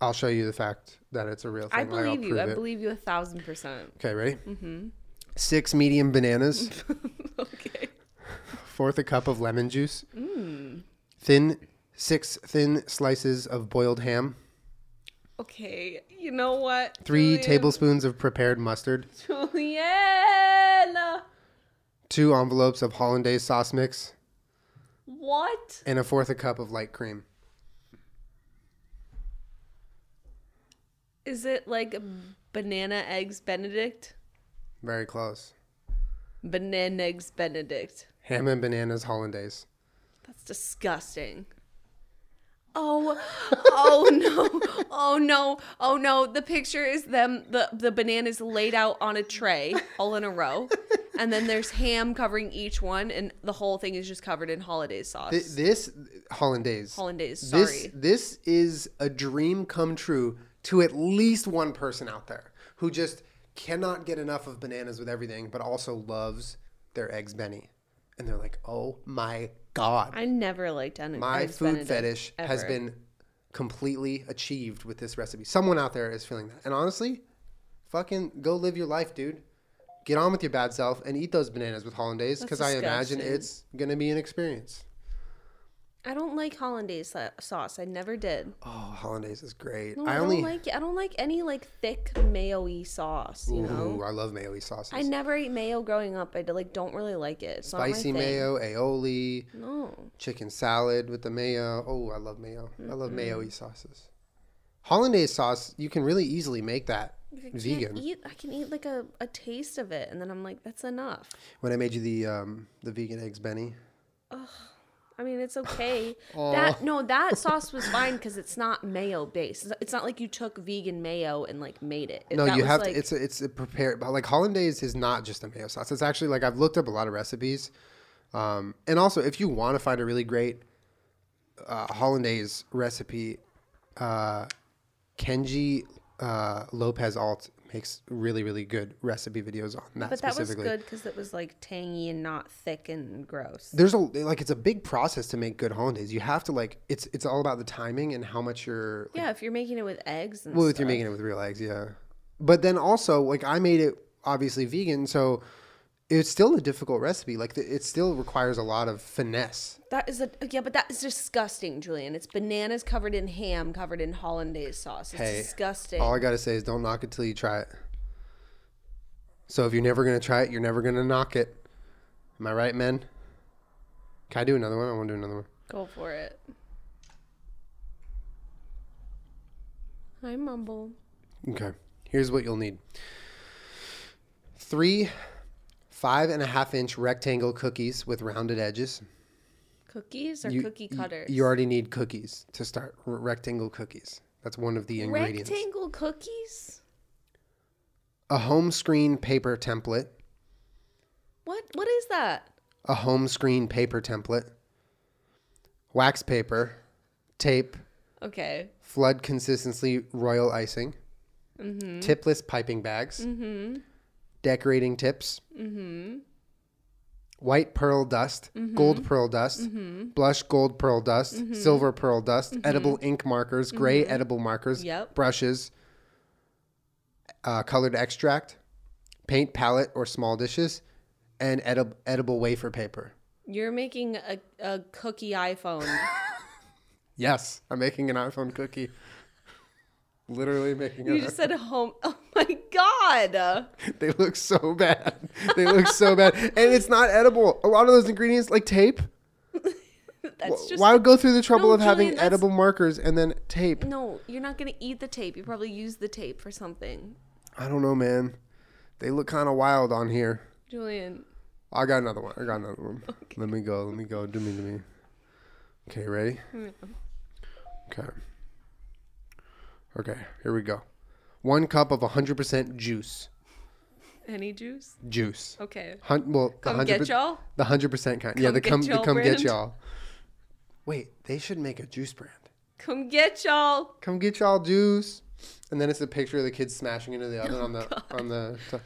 I'll show you the fact that it's a real thing. I Like, I'll believe you. prove I it. believe you a thousand percent. Okay, ready? Mm-hmm. Six medium bananas. okay. fourth a cup of lemon juice. Mm. Thin six thin slices of boiled ham. Okay. You know what? Three Julian? tablespoons of prepared mustard. Julian, Two envelopes of hollandaise sauce mix, what? and a fourth a cup of light cream. Is it like banana eggs Benedict? Very close. Banana eggs Benedict. Ham and bananas hollandaise. That's disgusting. Oh, oh no, oh no, oh no. The picture is them, the, the bananas laid out on a tray, all in a row. And then there's ham covering each one, and the whole thing is just covered in holiday sauce. Th- this hollandaise. Hollandaise, sorry. This this is a dream come true to at least one person out there who just cannot get enough of bananas with everything, but also loves their eggs Benny, and they're like, oh my god. I never liked any My eggs food Benedict, fetish has ever. been completely achieved with this recipe. Someone out there is feeling that. And honestly, fucking go live your life, dude. Get on with your bad self and eat those bananas with hollandaise because I imagine disgusting. it's going to be an experience. I don't like hollandaise sa- sauce. I never did. Oh, hollandaise is great. No, I I, only. don't like I don't like any like thick mayo-y sauce. You know, Ooh, I love mayo sauces. I never ate mayo growing up. I d- like don't really like it. It's Spicy not my thing. mayo, aioli, Mm. No, chicken salad with the mayo. Oh, I love mayo. I love mayo sauces. Hollandaise sauce, you can really easily make that I can't vegan. eat. I can eat like a, a taste of it, and then I'm like, that's enough. When I made you the um, the vegan eggs, Benny. I mean, it's okay. That no, that sauce was fine because it's not mayo based. It's not like you took vegan mayo and like made it. No, That you was, have like, to. It's a, it's a prepared, but like hollandaise is not just a mayo sauce. It's actually like I've looked up a lot of recipes, um, and also if you want to find a really great uh, hollandaise recipe, uh, Kenji uh, Lopez Alt makes really really good recipe videos on that but that was specifically. good because it was like tangy and not thick and gross. There's a like it's a big process to make good hollandaise. You have to like it's it's all about the timing and how much you're Yeah, if you're making it with eggs and Well, if stuff. you're making it with real eggs, yeah. But then also, like I made it obviously vegan, so it's still a difficult recipe. Like th- it still requires a lot of finesse. that is a yeah, but that is disgusting, Julian. It's bananas covered in ham, covered in hollandaise sauce. It's Hey, disgusting. All I gotta say is, don't knock it till you try it. So if you're never gonna try it, you're never gonna knock it. Am I right, men? Can I do another one? I want to do another one. Go for it. I mumble. Okay. Here's what you'll need three five and a half inch rectangle cookies with rounded edges. Cookies or You- cookie you- cutters? You, already need cookies to start. R- rectangle cookies. That's one of the ingredients. Rectangle cookies? a home screen paper template. What? What is that? A home screen paper template. Wax paper. Tape. Okay. Flood consistency royal icing. Mm-hmm. Tipless piping bags. Decorating tips. Mm-hmm. White pearl dust, gold pearl dust, Mm-hmm. blush gold pearl dust, silver pearl dust, edible ink markers, gray edible markers, Mm-hmm. Yep. brushes, uh, colored extract, paint palette or small dishes, and edib- edible wafer paper. You're making a, a cookie iPhone. Yes, I'm making an iPhone cookie. Literally making. you an just said home. Oh my god. They look so bad. They look so bad. And it's not edible. A lot of those ingredients, like tape, That's just why would go through the trouble No, of having Julian, that's- edible markers and then tape? No, you're not gonna eat the tape. You probably use the tape for something. I don't know, man. They look kind of wild on here. Julian, I got another one. I got another one. Let me go. Let me go. Do me, do me. Okay, ready? Okay. Okay, here we go. One cup of 100% juice. any juice? Juice. Okay. Hun- well, the Come get 100% y'all. The hundred percent kind. yeah, the get come the y'all come brand. get y'all. Wait, they should make a juice brand. Come get y'all. Come get y'all juice. And then it's a picture of the kids smashing into the Oh oven on the on the t-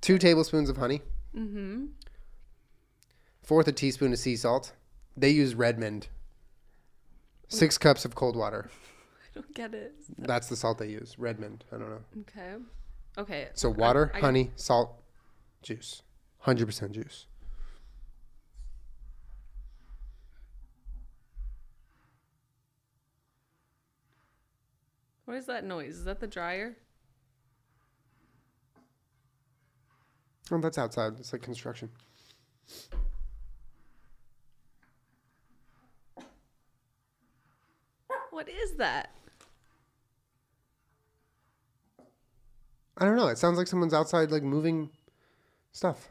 two tablespoons of honey. Mm-hmm. Fourth a teaspoon of sea salt. They use Redmond. Six cups of cold water. I don't get it. That's the salt they use. Redmond. I don't know. Okay. Okay. So water, I- I- honey, salt, juice. Hundred percent juice. What is that noise? Is that the dryer? Oh, that's outside. It's like construction. What is that? I don't know. It sounds like someone's outside, like moving stuff.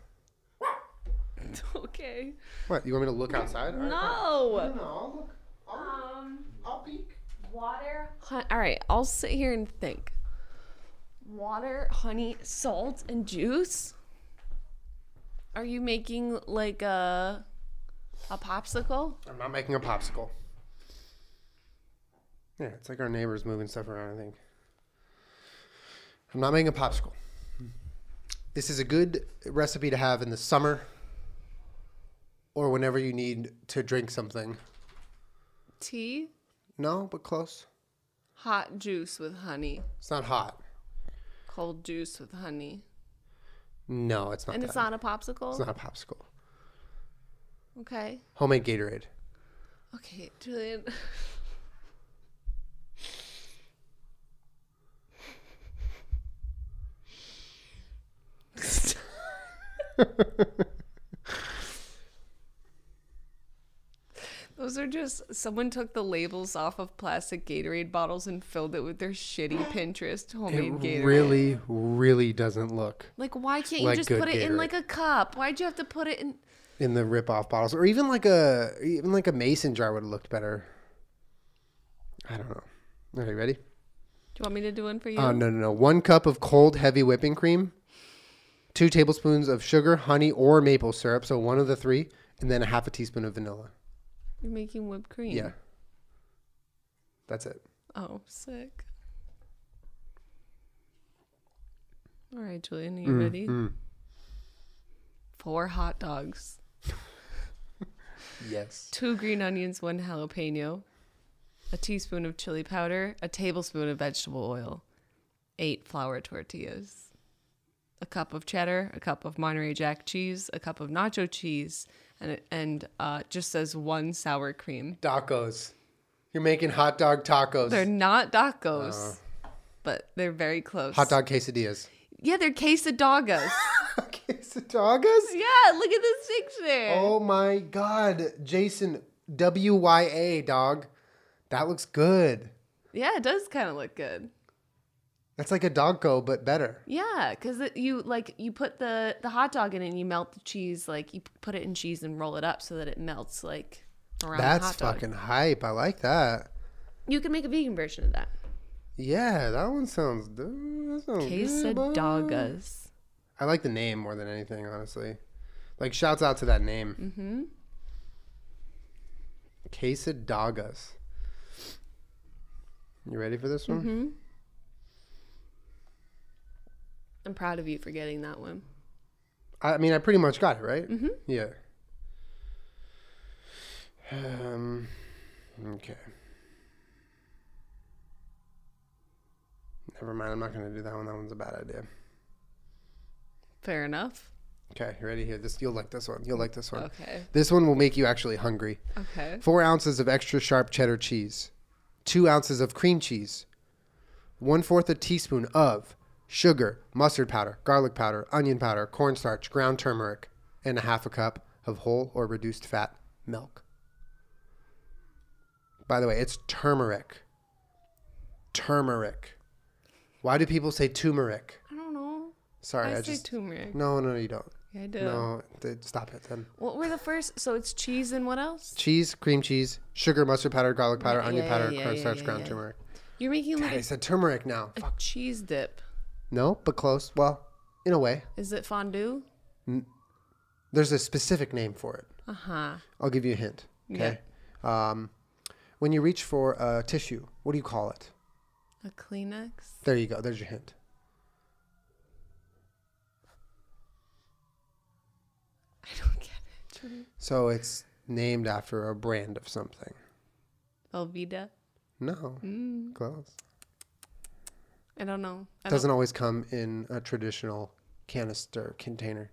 Okay. What? You want me to look outside? All right, fine. No, No. I'll look. I'll, Um, I'll peek. water. Hon- All right. I'll sit here and think. Water, honey, salt, and juice. Are you making like a a popsicle? I'm not making a popsicle. Yeah, it's like our neighbors moving stuff around. I think. I'm not making a popsicle. This is a good recipe to have in the summer, or whenever you need to drink something. Tea, No, but close. hot juice with honey, It's not hot. cold juice with honey, No, it's not. and that. it's not a popsicle. It's not a popsicle. Okay. Homemade Gatorade. Okay, Julian. Those are just someone took the labels off of plastic Gatorade bottles and filled it with their shitty Pinterest homemade It Gatorade. really, really doesn't look Like, why can't you Like just good put it in Gatorade. like a cup? Why'd you have to put it in? in the rip-off bottles, or even like a even like a mason jar would have looked better. I don't know. Okay, ready? Do you want me to do one for you? Oh no, no, no! One cup of cold, heavy whipping cream, two tablespoons of sugar, honey, or maple syrup. So one of the three, and then a half a teaspoon of vanilla. You're making whipped cream. Yeah, that's it. Oh, sick. All right, Julian, are you ready? Four hot dogs, Yes. two green onions, one jalapeno, a teaspoon of chili powder, a tablespoon of vegetable oil, eight flour tortillas, a cup of cheddar, a cup of Monterey Jack cheese, a cup of nacho cheese, and and uh, just says one sour cream. Tacos. You're making hot dog tacos. They're not tacos, but they're very close. hot dog quesadillas. Yeah, they're quesadillas. quesadillas. Yeah, look at this picture. Oh my Oh God, Jason, W Y A, dog. That looks good. Yeah, it does kind of look good. That's like a Donko, but better. Yeah, because you like you put the the hot dog in it and you melt the cheese like you p- put it in cheese and roll it up so that it melts like around the That's hot dog. fucking hype. I like that. You can make a vegan version of that. Yeah, that one sounds. That sounds good, bud. Quesadallas. I like the name more than anything, honestly. Like, shouts out to that name. Mm-hmm. Quesadagas. You ready for this Mm-hmm. one? I'm proud of you for getting that one. I mean, I pretty much got it, right? Mm-hmm. Yeah. Um, okay. Never mind. I'm not going to do that one. That one's a bad idea. Fair enough. Okay, you ready here? This you'll like this one. You'll like this one. Okay. This one will make you actually hungry. Okay. Four ounces of extra sharp cheddar cheese, two ounces of cream cheese, one fourth a teaspoon of sugar, mustard powder, garlic powder, onion powder, cornstarch, ground turmeric, and a half a cup of whole or reduced fat milk. By the way, it's turmeric. Turmeric. Why do people say turmeric? I don't know. Sorry, I, I, say just. turmeric. no, no, you don't. Yeah, I do. No, th- stop it then. What were the first? So it's cheese and what else? cheese, cream cheese, sugar, mustard powder, garlic powder, Yeah, onion yeah, powder, yeah, cornstarch, yeah, ground yeah. turmeric. You're making like I a, said turmeric now. a cheese dip. No, but close. Well, in a way, Is it fondue? there's a specific name for it. Uh huh. I'll give you a hint. Okay. Um, when you reach for a tissue, what do you call it? A Kleenex. There you go. There's your hint. I don't get it. Jordan. So it's named after a brand of something. Velveeta. No, close. I don't know. Mm. I don't, Doesn't always come in a traditional canister container.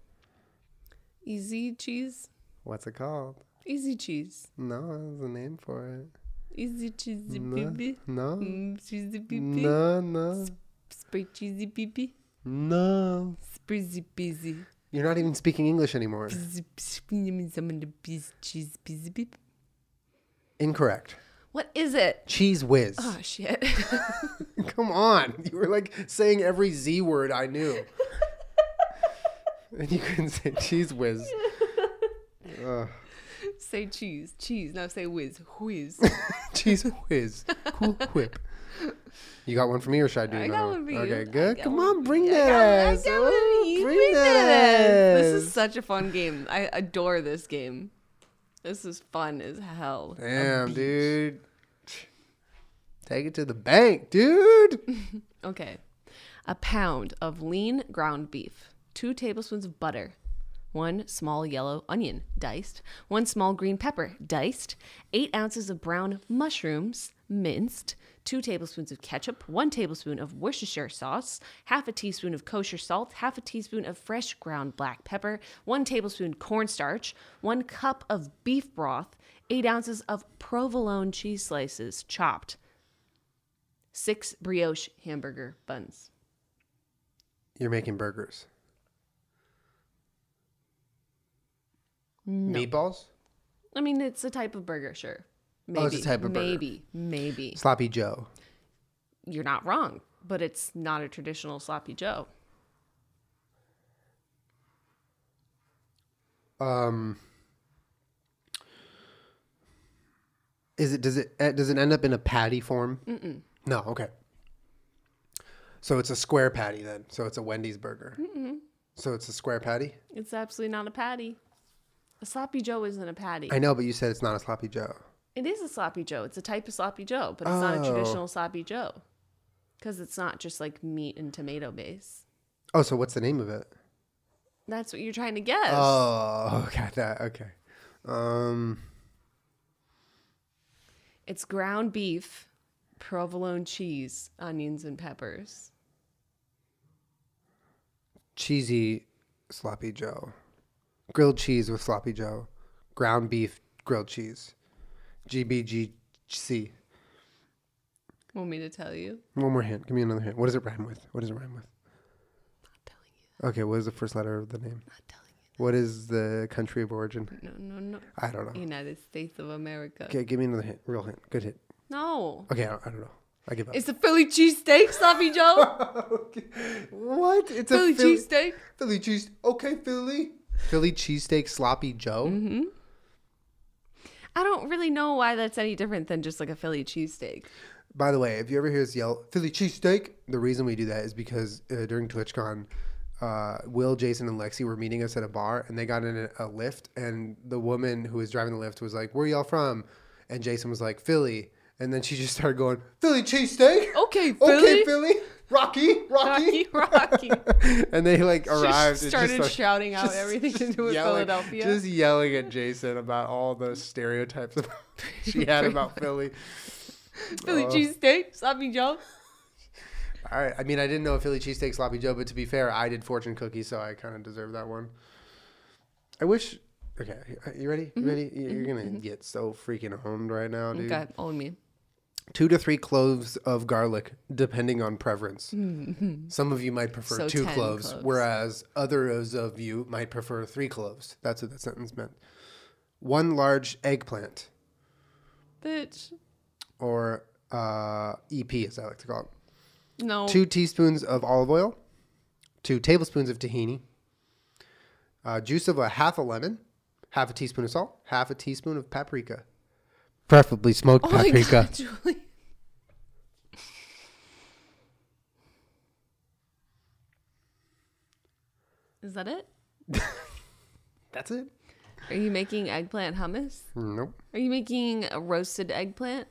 easy cheese. What's it called? Easy cheese. No, there's a name for it. Easy cheesy No, baby. no, Mm, cheesy baby. no, no. Spray cheesy baby. No. Sprizzy busy. You're not even speaking English anymore. Incorrect. What is it? Cheese whiz. Oh shit. Come on. You were like saying every Z word I knew. and you couldn't say cheese whiz. Ugh. say cheese, cheese. Now say whiz, whiz. cheese whiz. Cool whip. You got one for me or should I do I another got one for you. I Okay, good. got Come one on, for bring you. I that got- I ass. got Oh, one for you. Bring, Bring that that ass. This ass. is such a fun game. I adore this game. This is fun as hell. Damn, dude. Take it to the bank, dude. Okay. A pound of lean ground beef, two tablespoons of butter, one small yellow onion diced, one small green pepper diced, eight ounces of brown mushrooms minced, two tablespoons of ketchup, one tablespoon of Worcestershire sauce, half a teaspoon of kosher salt, half a teaspoon of fresh ground black pepper, one tablespoon cornstarch, one cup of beef broth, eight ounces of provolone cheese slices chopped six brioche hamburger buns. You're making burgers. Meatballs? I mean, it's a type of burger, sure. Maybe, Oh, it's a type of burger. maybe, maybe. Sloppy Joe. You're not wrong, but it's not a traditional sloppy Joe. Um Is it does it eh, does it end up in a patty form? Mm-mm. No, okay. So it's a square patty then. So it's a Wendy's burger. Mm-mm. So it's a square patty? It's absolutely not a patty. A sloppy Joe isn't a patty. I know, but you said it's not a sloppy Joe. it is a sloppy Joe. It's a type of sloppy Joe, but it's not a Oh. traditional sloppy Joe because it's not just like meat and tomato base. Oh, so what's the name of it? That's what you're trying to guess. Oh, got that. Okay. Um It's ground beef, provolone cheese, onions, and peppers. cheesy sloppy joe grilled cheese with sloppy joe ground beef grilled cheese gbgc Want me to tell you? one more hint give me another hint what does it rhyme with what does it rhyme with Not telling you. okay what is the first letter of the name Not telling you. What is the country of origin? No, no, no. I don't know. United States of America. Okay, give me another hint. Real hint. Good hint. No. Okay, I don't, I don't know. I give up. It's a Philly cheesesteak, Sloppy Joe. Okay. What? It's Philly a Philly cheesesteak. Philly cheese. Okay, Philly. Philly cheesesteak sloppy Joe. I don't really know why that's any different than just like a Philly cheesesteak. By the way, if you ever hear us yell Philly cheesesteak, the reason we do that is because uh, during TwitchCon, uh, Will, Jason, and Lexi were meeting us at a bar, and they got in a, a lift, and the woman who was driving the lift was like, "Where y'all from?" And Jason was like, "Philly," and then she just started going, "Philly cheesesteak." Okay, Okay, Oh, Philly. Philly. Rocky, Rocky. Rocky, Rocky. and they like arrived. Just and started like, shouting out everything to do with yelling- Philadelphia. Just yelling at Jason about all the stereotypes about, she had about Philly. Philly uh, cheesesteak, Sloppy Joe. All right. I mean, I didn't know Philly cheesesteak sloppy Joe, but to be fair, I did fortune cookies, so I kind of deserve that one. I wish. Okay, you ready? You ready? You- You're gonna get so freaking honed right now, dude. Mm-hmm. Okay, own me. Two to three cloves of garlic, depending on preference. Some of you might prefer Mm-hmm. So two 10 cloves, cloves. whereas others of you might prefer three cloves. That's what that sentence meant. One large eggplant, Bitch. or uh, EP, as I like to call it. No. two teaspoons of olive oil, two tablespoons of tahini, uh, juice of a half a lemon, half a teaspoon of salt, half a teaspoon of paprika, preferably smoked oh my paprika. God, Julie. Is that it? That's it. Are you making eggplant hummus? Nope. Are you making a roasted eggplant?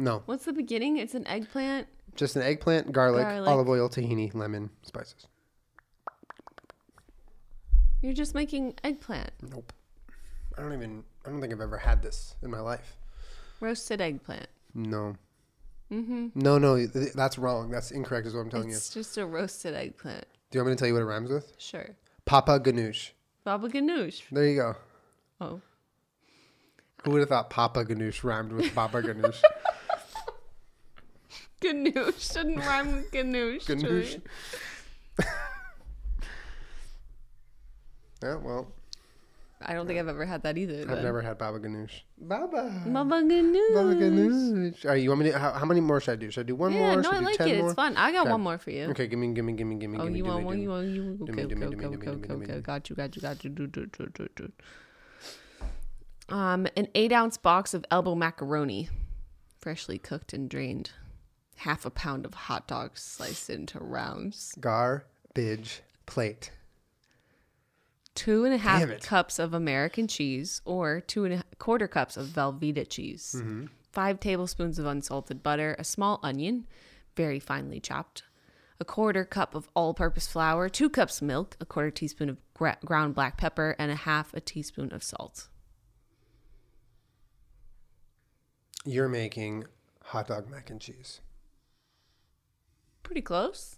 No, What's the beginning? It's an eggplant. just an eggplant, garlic, Garlic. olive oil, tahini, lemon, spices. You're just making eggplant, Nope. I don't even. I don't think I've ever had this in my life. roasted eggplant. No. Mm-hmm. No, no, th- that's wrong. That's incorrect, is what I'm telling It's just a roasted eggplant. you. Do you want me to tell you what it rhymes with? Sure. Papa ganoush. Baba ganoush. There you go. Oh. Who would have thought Papa Ganoush rhymed with Baba Ganoush? Ganoush shouldn't rhyme with ganoush. Ganoush. Julie. yeah, well, I don't think I've ever had that either. I've then. never had Baba Ganoush. Baba. Baba ganoush. Baba Ganoush. All right, you want me to? How, how many more should I do? Should I do one Yeah, more? no, should I do like 10 it. More? It's fun. I got Okay. one more for you. Okay, gimme, gimme, gimme, gimme, Oh, gimme. you gimme, want one? gimme. You want you? Okay, Gimme, gimme, gimme, okay, okay, okay, gimme, okay, gimme, okay. gimme. Got you, got you, got you. Do, do, do, do, do, do. Um, an eight ounce box of elbow macaroni, freshly cooked and drained. Half a pound of hot dogs sliced into rounds. Garbage plate. Two and a Damn half it. cups of American cheese, or two and a quarter cups of Velveeta cheese. Mm-hmm. Five tablespoons of unsalted butter, a small onion, very finely chopped, a quarter cup of all-purpose flour, two cups milk, a quarter teaspoon of gra- ground black pepper, and a half a teaspoon of salt. You're making hot dog mac and cheese. Pretty close.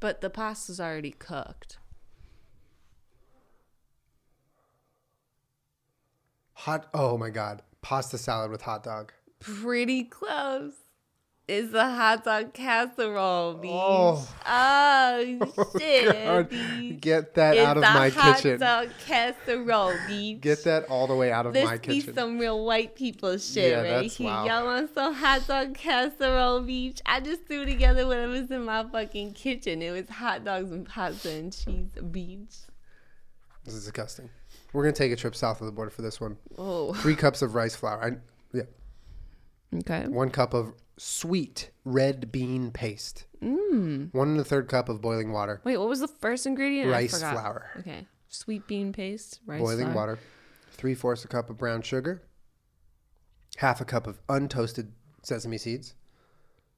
But the pasta's already cooked. Hot. Oh my God. Pasta salad with hot dog. Pretty close. It's a hot dog casserole, bitch. Oh. Oh, shit. God, bitch. Get that it's out of a my hot kitchen. dog casserole, bitch. Get that all the way out of this my be kitchen. some real white people shit Yeah, right that's here. wow. Y'all want some hot dog casserole, bitch? I just threw together what was in my fucking kitchen. It was hot dogs and pasta and cheese, bitch. This is disgusting. We're gonna take a trip south of the border for this one. Oh. Three cups of rice flour. I, yeah, Okay. one cup of sweet red bean paste. Mm. One and a third cup of boiling water. Wait, what was the first ingredient? I Rice forgot. flour. Okay. Sweet bean paste, rice boiling flour. water. Three fourths a cup of brown sugar. Half a cup of untoasted sesame seeds.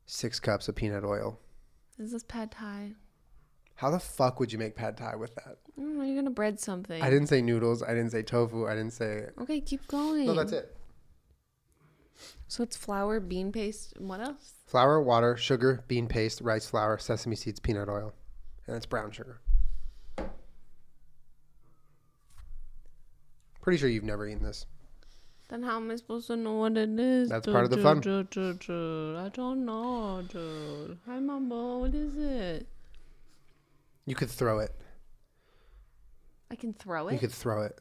Six cups of peanut oil. Is this pad thai? How the fuck would you make pad thai with that? I don't know, you're gonna bread something. I didn't say noodles. I didn't say tofu. I didn't say. okay, keep going. No, that's it. So it's flour, bean paste, and what else? Flour, water, sugar, bean paste, rice flour, sesame seeds, peanut oil, and it's brown sugar. Pretty sure you've never eaten this. Then how am I supposed to know what it is? That's part of the fun. dude, dude, dude. I don't know, dude. Hi, Mambo. What is it? You could throw it. I can throw You it. could throw it.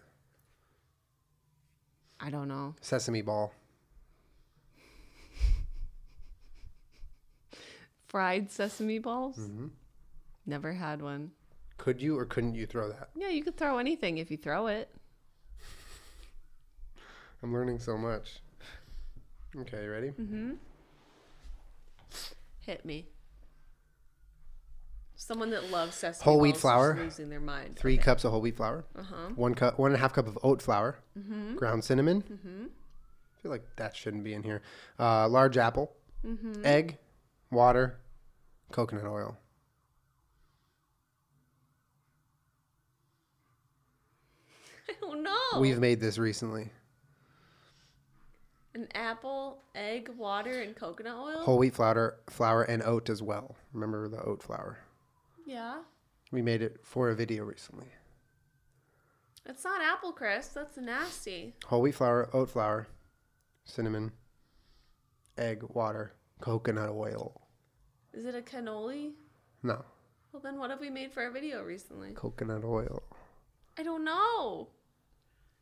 I don't know. Sesame ball. Fried sesame balls. Mm-hmm. Never had one. Could you or couldn't you throw that? Yeah, you could throw anything if you throw it. I'm learning so much. Okay, you ready? Hit me. Someone that loves sesame Whole wheat balls is flour? losing their mind. Three cups of whole wheat flour. One cup, one and a half cup of oat flour. Ground cinnamon. I feel like that shouldn't be in here. Uh, large apple. Egg, water, coconut oil. I don't know. We've made this recently. An apple, egg, water, and coconut oil. Whole wheat flour, flour and oat as well. Remember the oat flour. yeah, We made it for a video recently. it's not apple crisp. That's nasty. Whole wheat flour, oat flour, cinnamon, egg, water, coconut oil. Is it a cannoli? No, Well, then what have we made for our video recently? coconut oil. I don't know.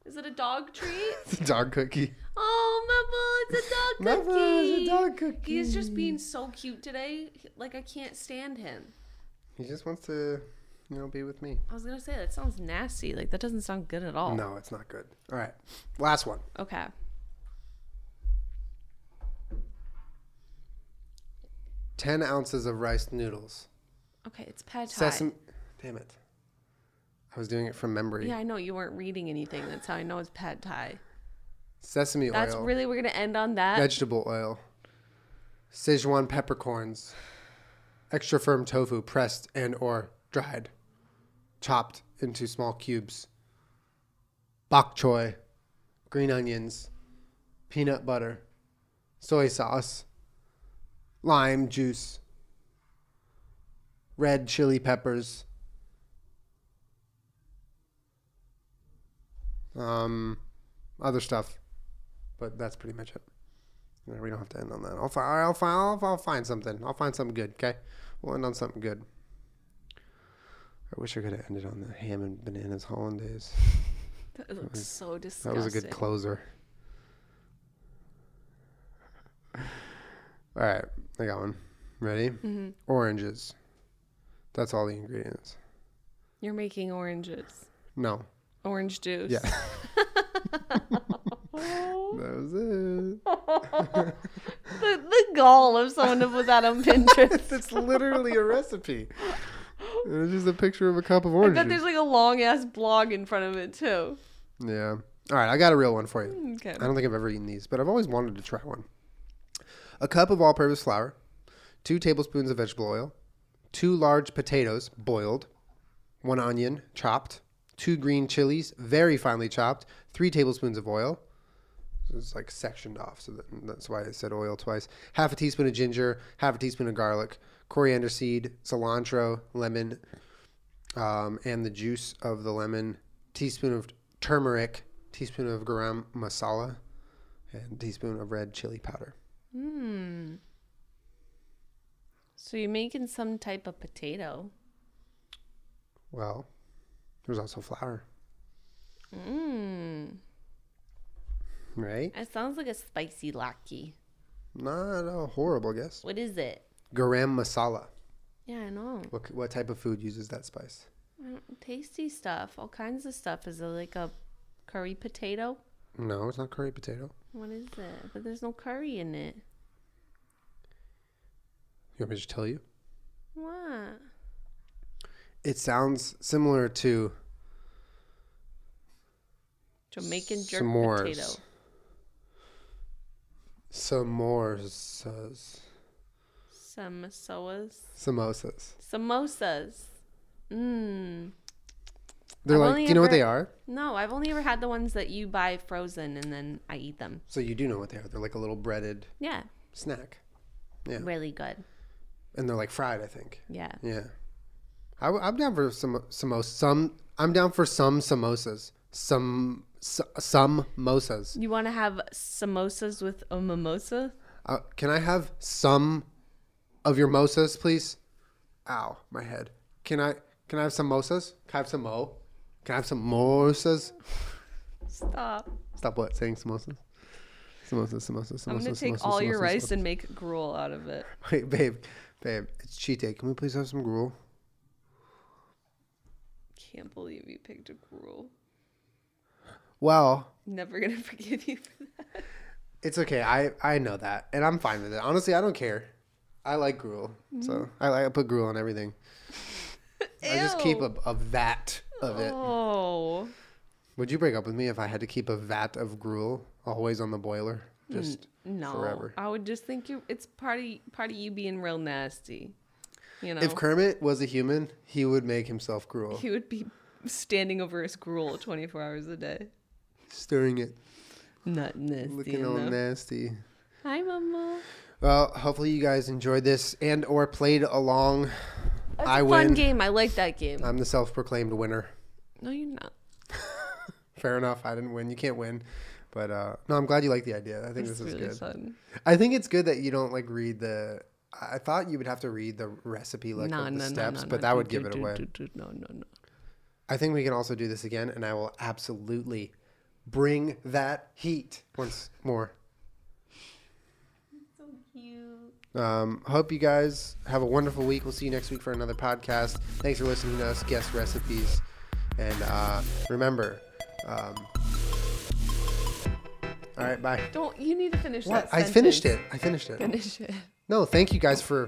Is it a dog treat? It's a dog cookie. oh, Mumble, it's a dog cookie. Remember, it's a dog cookie. He is just being so cute today. He- Like I can't stand him. He just wants to, you know, be with me. I was gonna say that sounds nasty. Like that doesn't sound good at all. No, it's not good. All right, last one. Okay. Ten ounces of rice noodles. Okay, it's pad thai. Sesame. Damn it. I was doing it from memory. Yeah, I know you weren't reading anything. That's how I know it's pad thai. Sesame That's oil. really we're gonna end on that. vegetable oil. Sichuan peppercorns. Extra firm tofu pressed and or dried. Chopped into small cubes. Bok choy. Green onions. Peanut butter. Soy sauce. Lime juice. Red chili peppers. Um, other stuff, but that's pretty much it. No, we don't have to end on that. I'll find. I'll find. I'll, I'll find something. I'll find something good. Okay, we'll end on something good. I wish I could have ended on the ham and bananas hollandaise. That looks so That disgusting. was a good closer. All right, I got one. Ready? Mm-hmm. Oranges. That's all the ingredients. You're making oranges, No. orange juice. Yeah. that was it. Oh, the, the gall of someone to put that on Pinterest. That's literally a recipe. It was just a picture of a cup of I oranges. bet there's like a long ass blog in front of it too. Yeah. All right, I got a real one for you. Okay. I don't think I've ever eaten these, but I've always wanted to try one. A cup of all purpose flour, two tablespoons of vegetable oil, two large potatoes boiled, one onion chopped, two green chilies very finely chopped, three tablespoons of oil. So It's like sectioned off, so that, that's why I said oil twice. Half a teaspoon of ginger, half a teaspoon of garlic, coriander seed, cilantro, lemon, um, and the juice of the lemon, teaspoon of turmeric, teaspoon of garam masala, and teaspoon of red chili powder. So you're making some type of potato. Well, there's also flour, Mmm. right? It sounds like a spicy laki. Not a horrible guess. What is it? Garam masala. Yeah, I know. What, what type of food uses that spice? Mm, Tasty stuff. All kinds of stuff. Is it like a curry potato? No, it's not curry potato. What is it? But there's no curry in it. You want me to tell you? What? It sounds similar to Jamaican jerk s'mores. potato. samosas. Samosas. Samosas. Samosas. Mmm. They're I've like, do only you know what ever- they are? No, I've only ever had the ones that you buy frozen and then I eat them. So you do know what they are. They're like a little breaded Yeah, snack. Yeah. really good. and they're like fried. I think. Yeah. Yeah, I, am down for some samosas. Some I'm down for some samosas. Some so- some mosas. You want to have samosas with a mimosa? Uh, can I have some of your mosas, please? Ow, my head. Can I? Can I have samosas? Can I have some mo? Can I have some mosas? Stop. Stop what? Saying samosas? Samosas, samosas, samosas. I'm gonna take samosas, all your samosas, rice samosas. and make gruel out of it. Wait, babe, babe, it's cheat day. Can we please have some gruel? Can't believe you picked a gruel. Well, Never gonna forgive you for that. it's okay. I I know that, and I'm fine with it. Honestly, I don't care. I like gruel, so Mm-hmm. I like I put gruel on everything. I just keep Ew. a, a vat of it. Oh. Would you break up with me if I had to keep a vat of gruel always on the boiler? Just Mm. No, forever. I would just think you. It's part of part of you being real nasty. You know, if Kermit was a human, he would make himself gruel, he would be standing over his gruel 24 hours a day. stirring it, Not nasty looking all enough. nasty. Hi, mama. Well, hopefully you guys enjoyed this and or played along. That's I a win. Um, fun game. I like that game. I'm the self-proclaimed winner. no, you're not. Fair enough. I didn't win. You can't win. But uh, no, I'm glad you like the idea. I think It's this is really good. fun. I think it's good that you don't like read the. I I thought you would have to read the recipe like no, of the no, no, steps, no, but no. that Do, would give do, it do, away. do, do. No, no, no. I think we can also do this again, and I will absolutely bring that heat once more. So cute. Um, hope you guys have a wonderful week. We'll see you next week for another podcast. Thanks for listening to us, guest recipes, and uh, remember. Um, all right, bye. Don't you need to finish What? that? I finished sentence. it. I finished it. Finish it. No, thank you guys for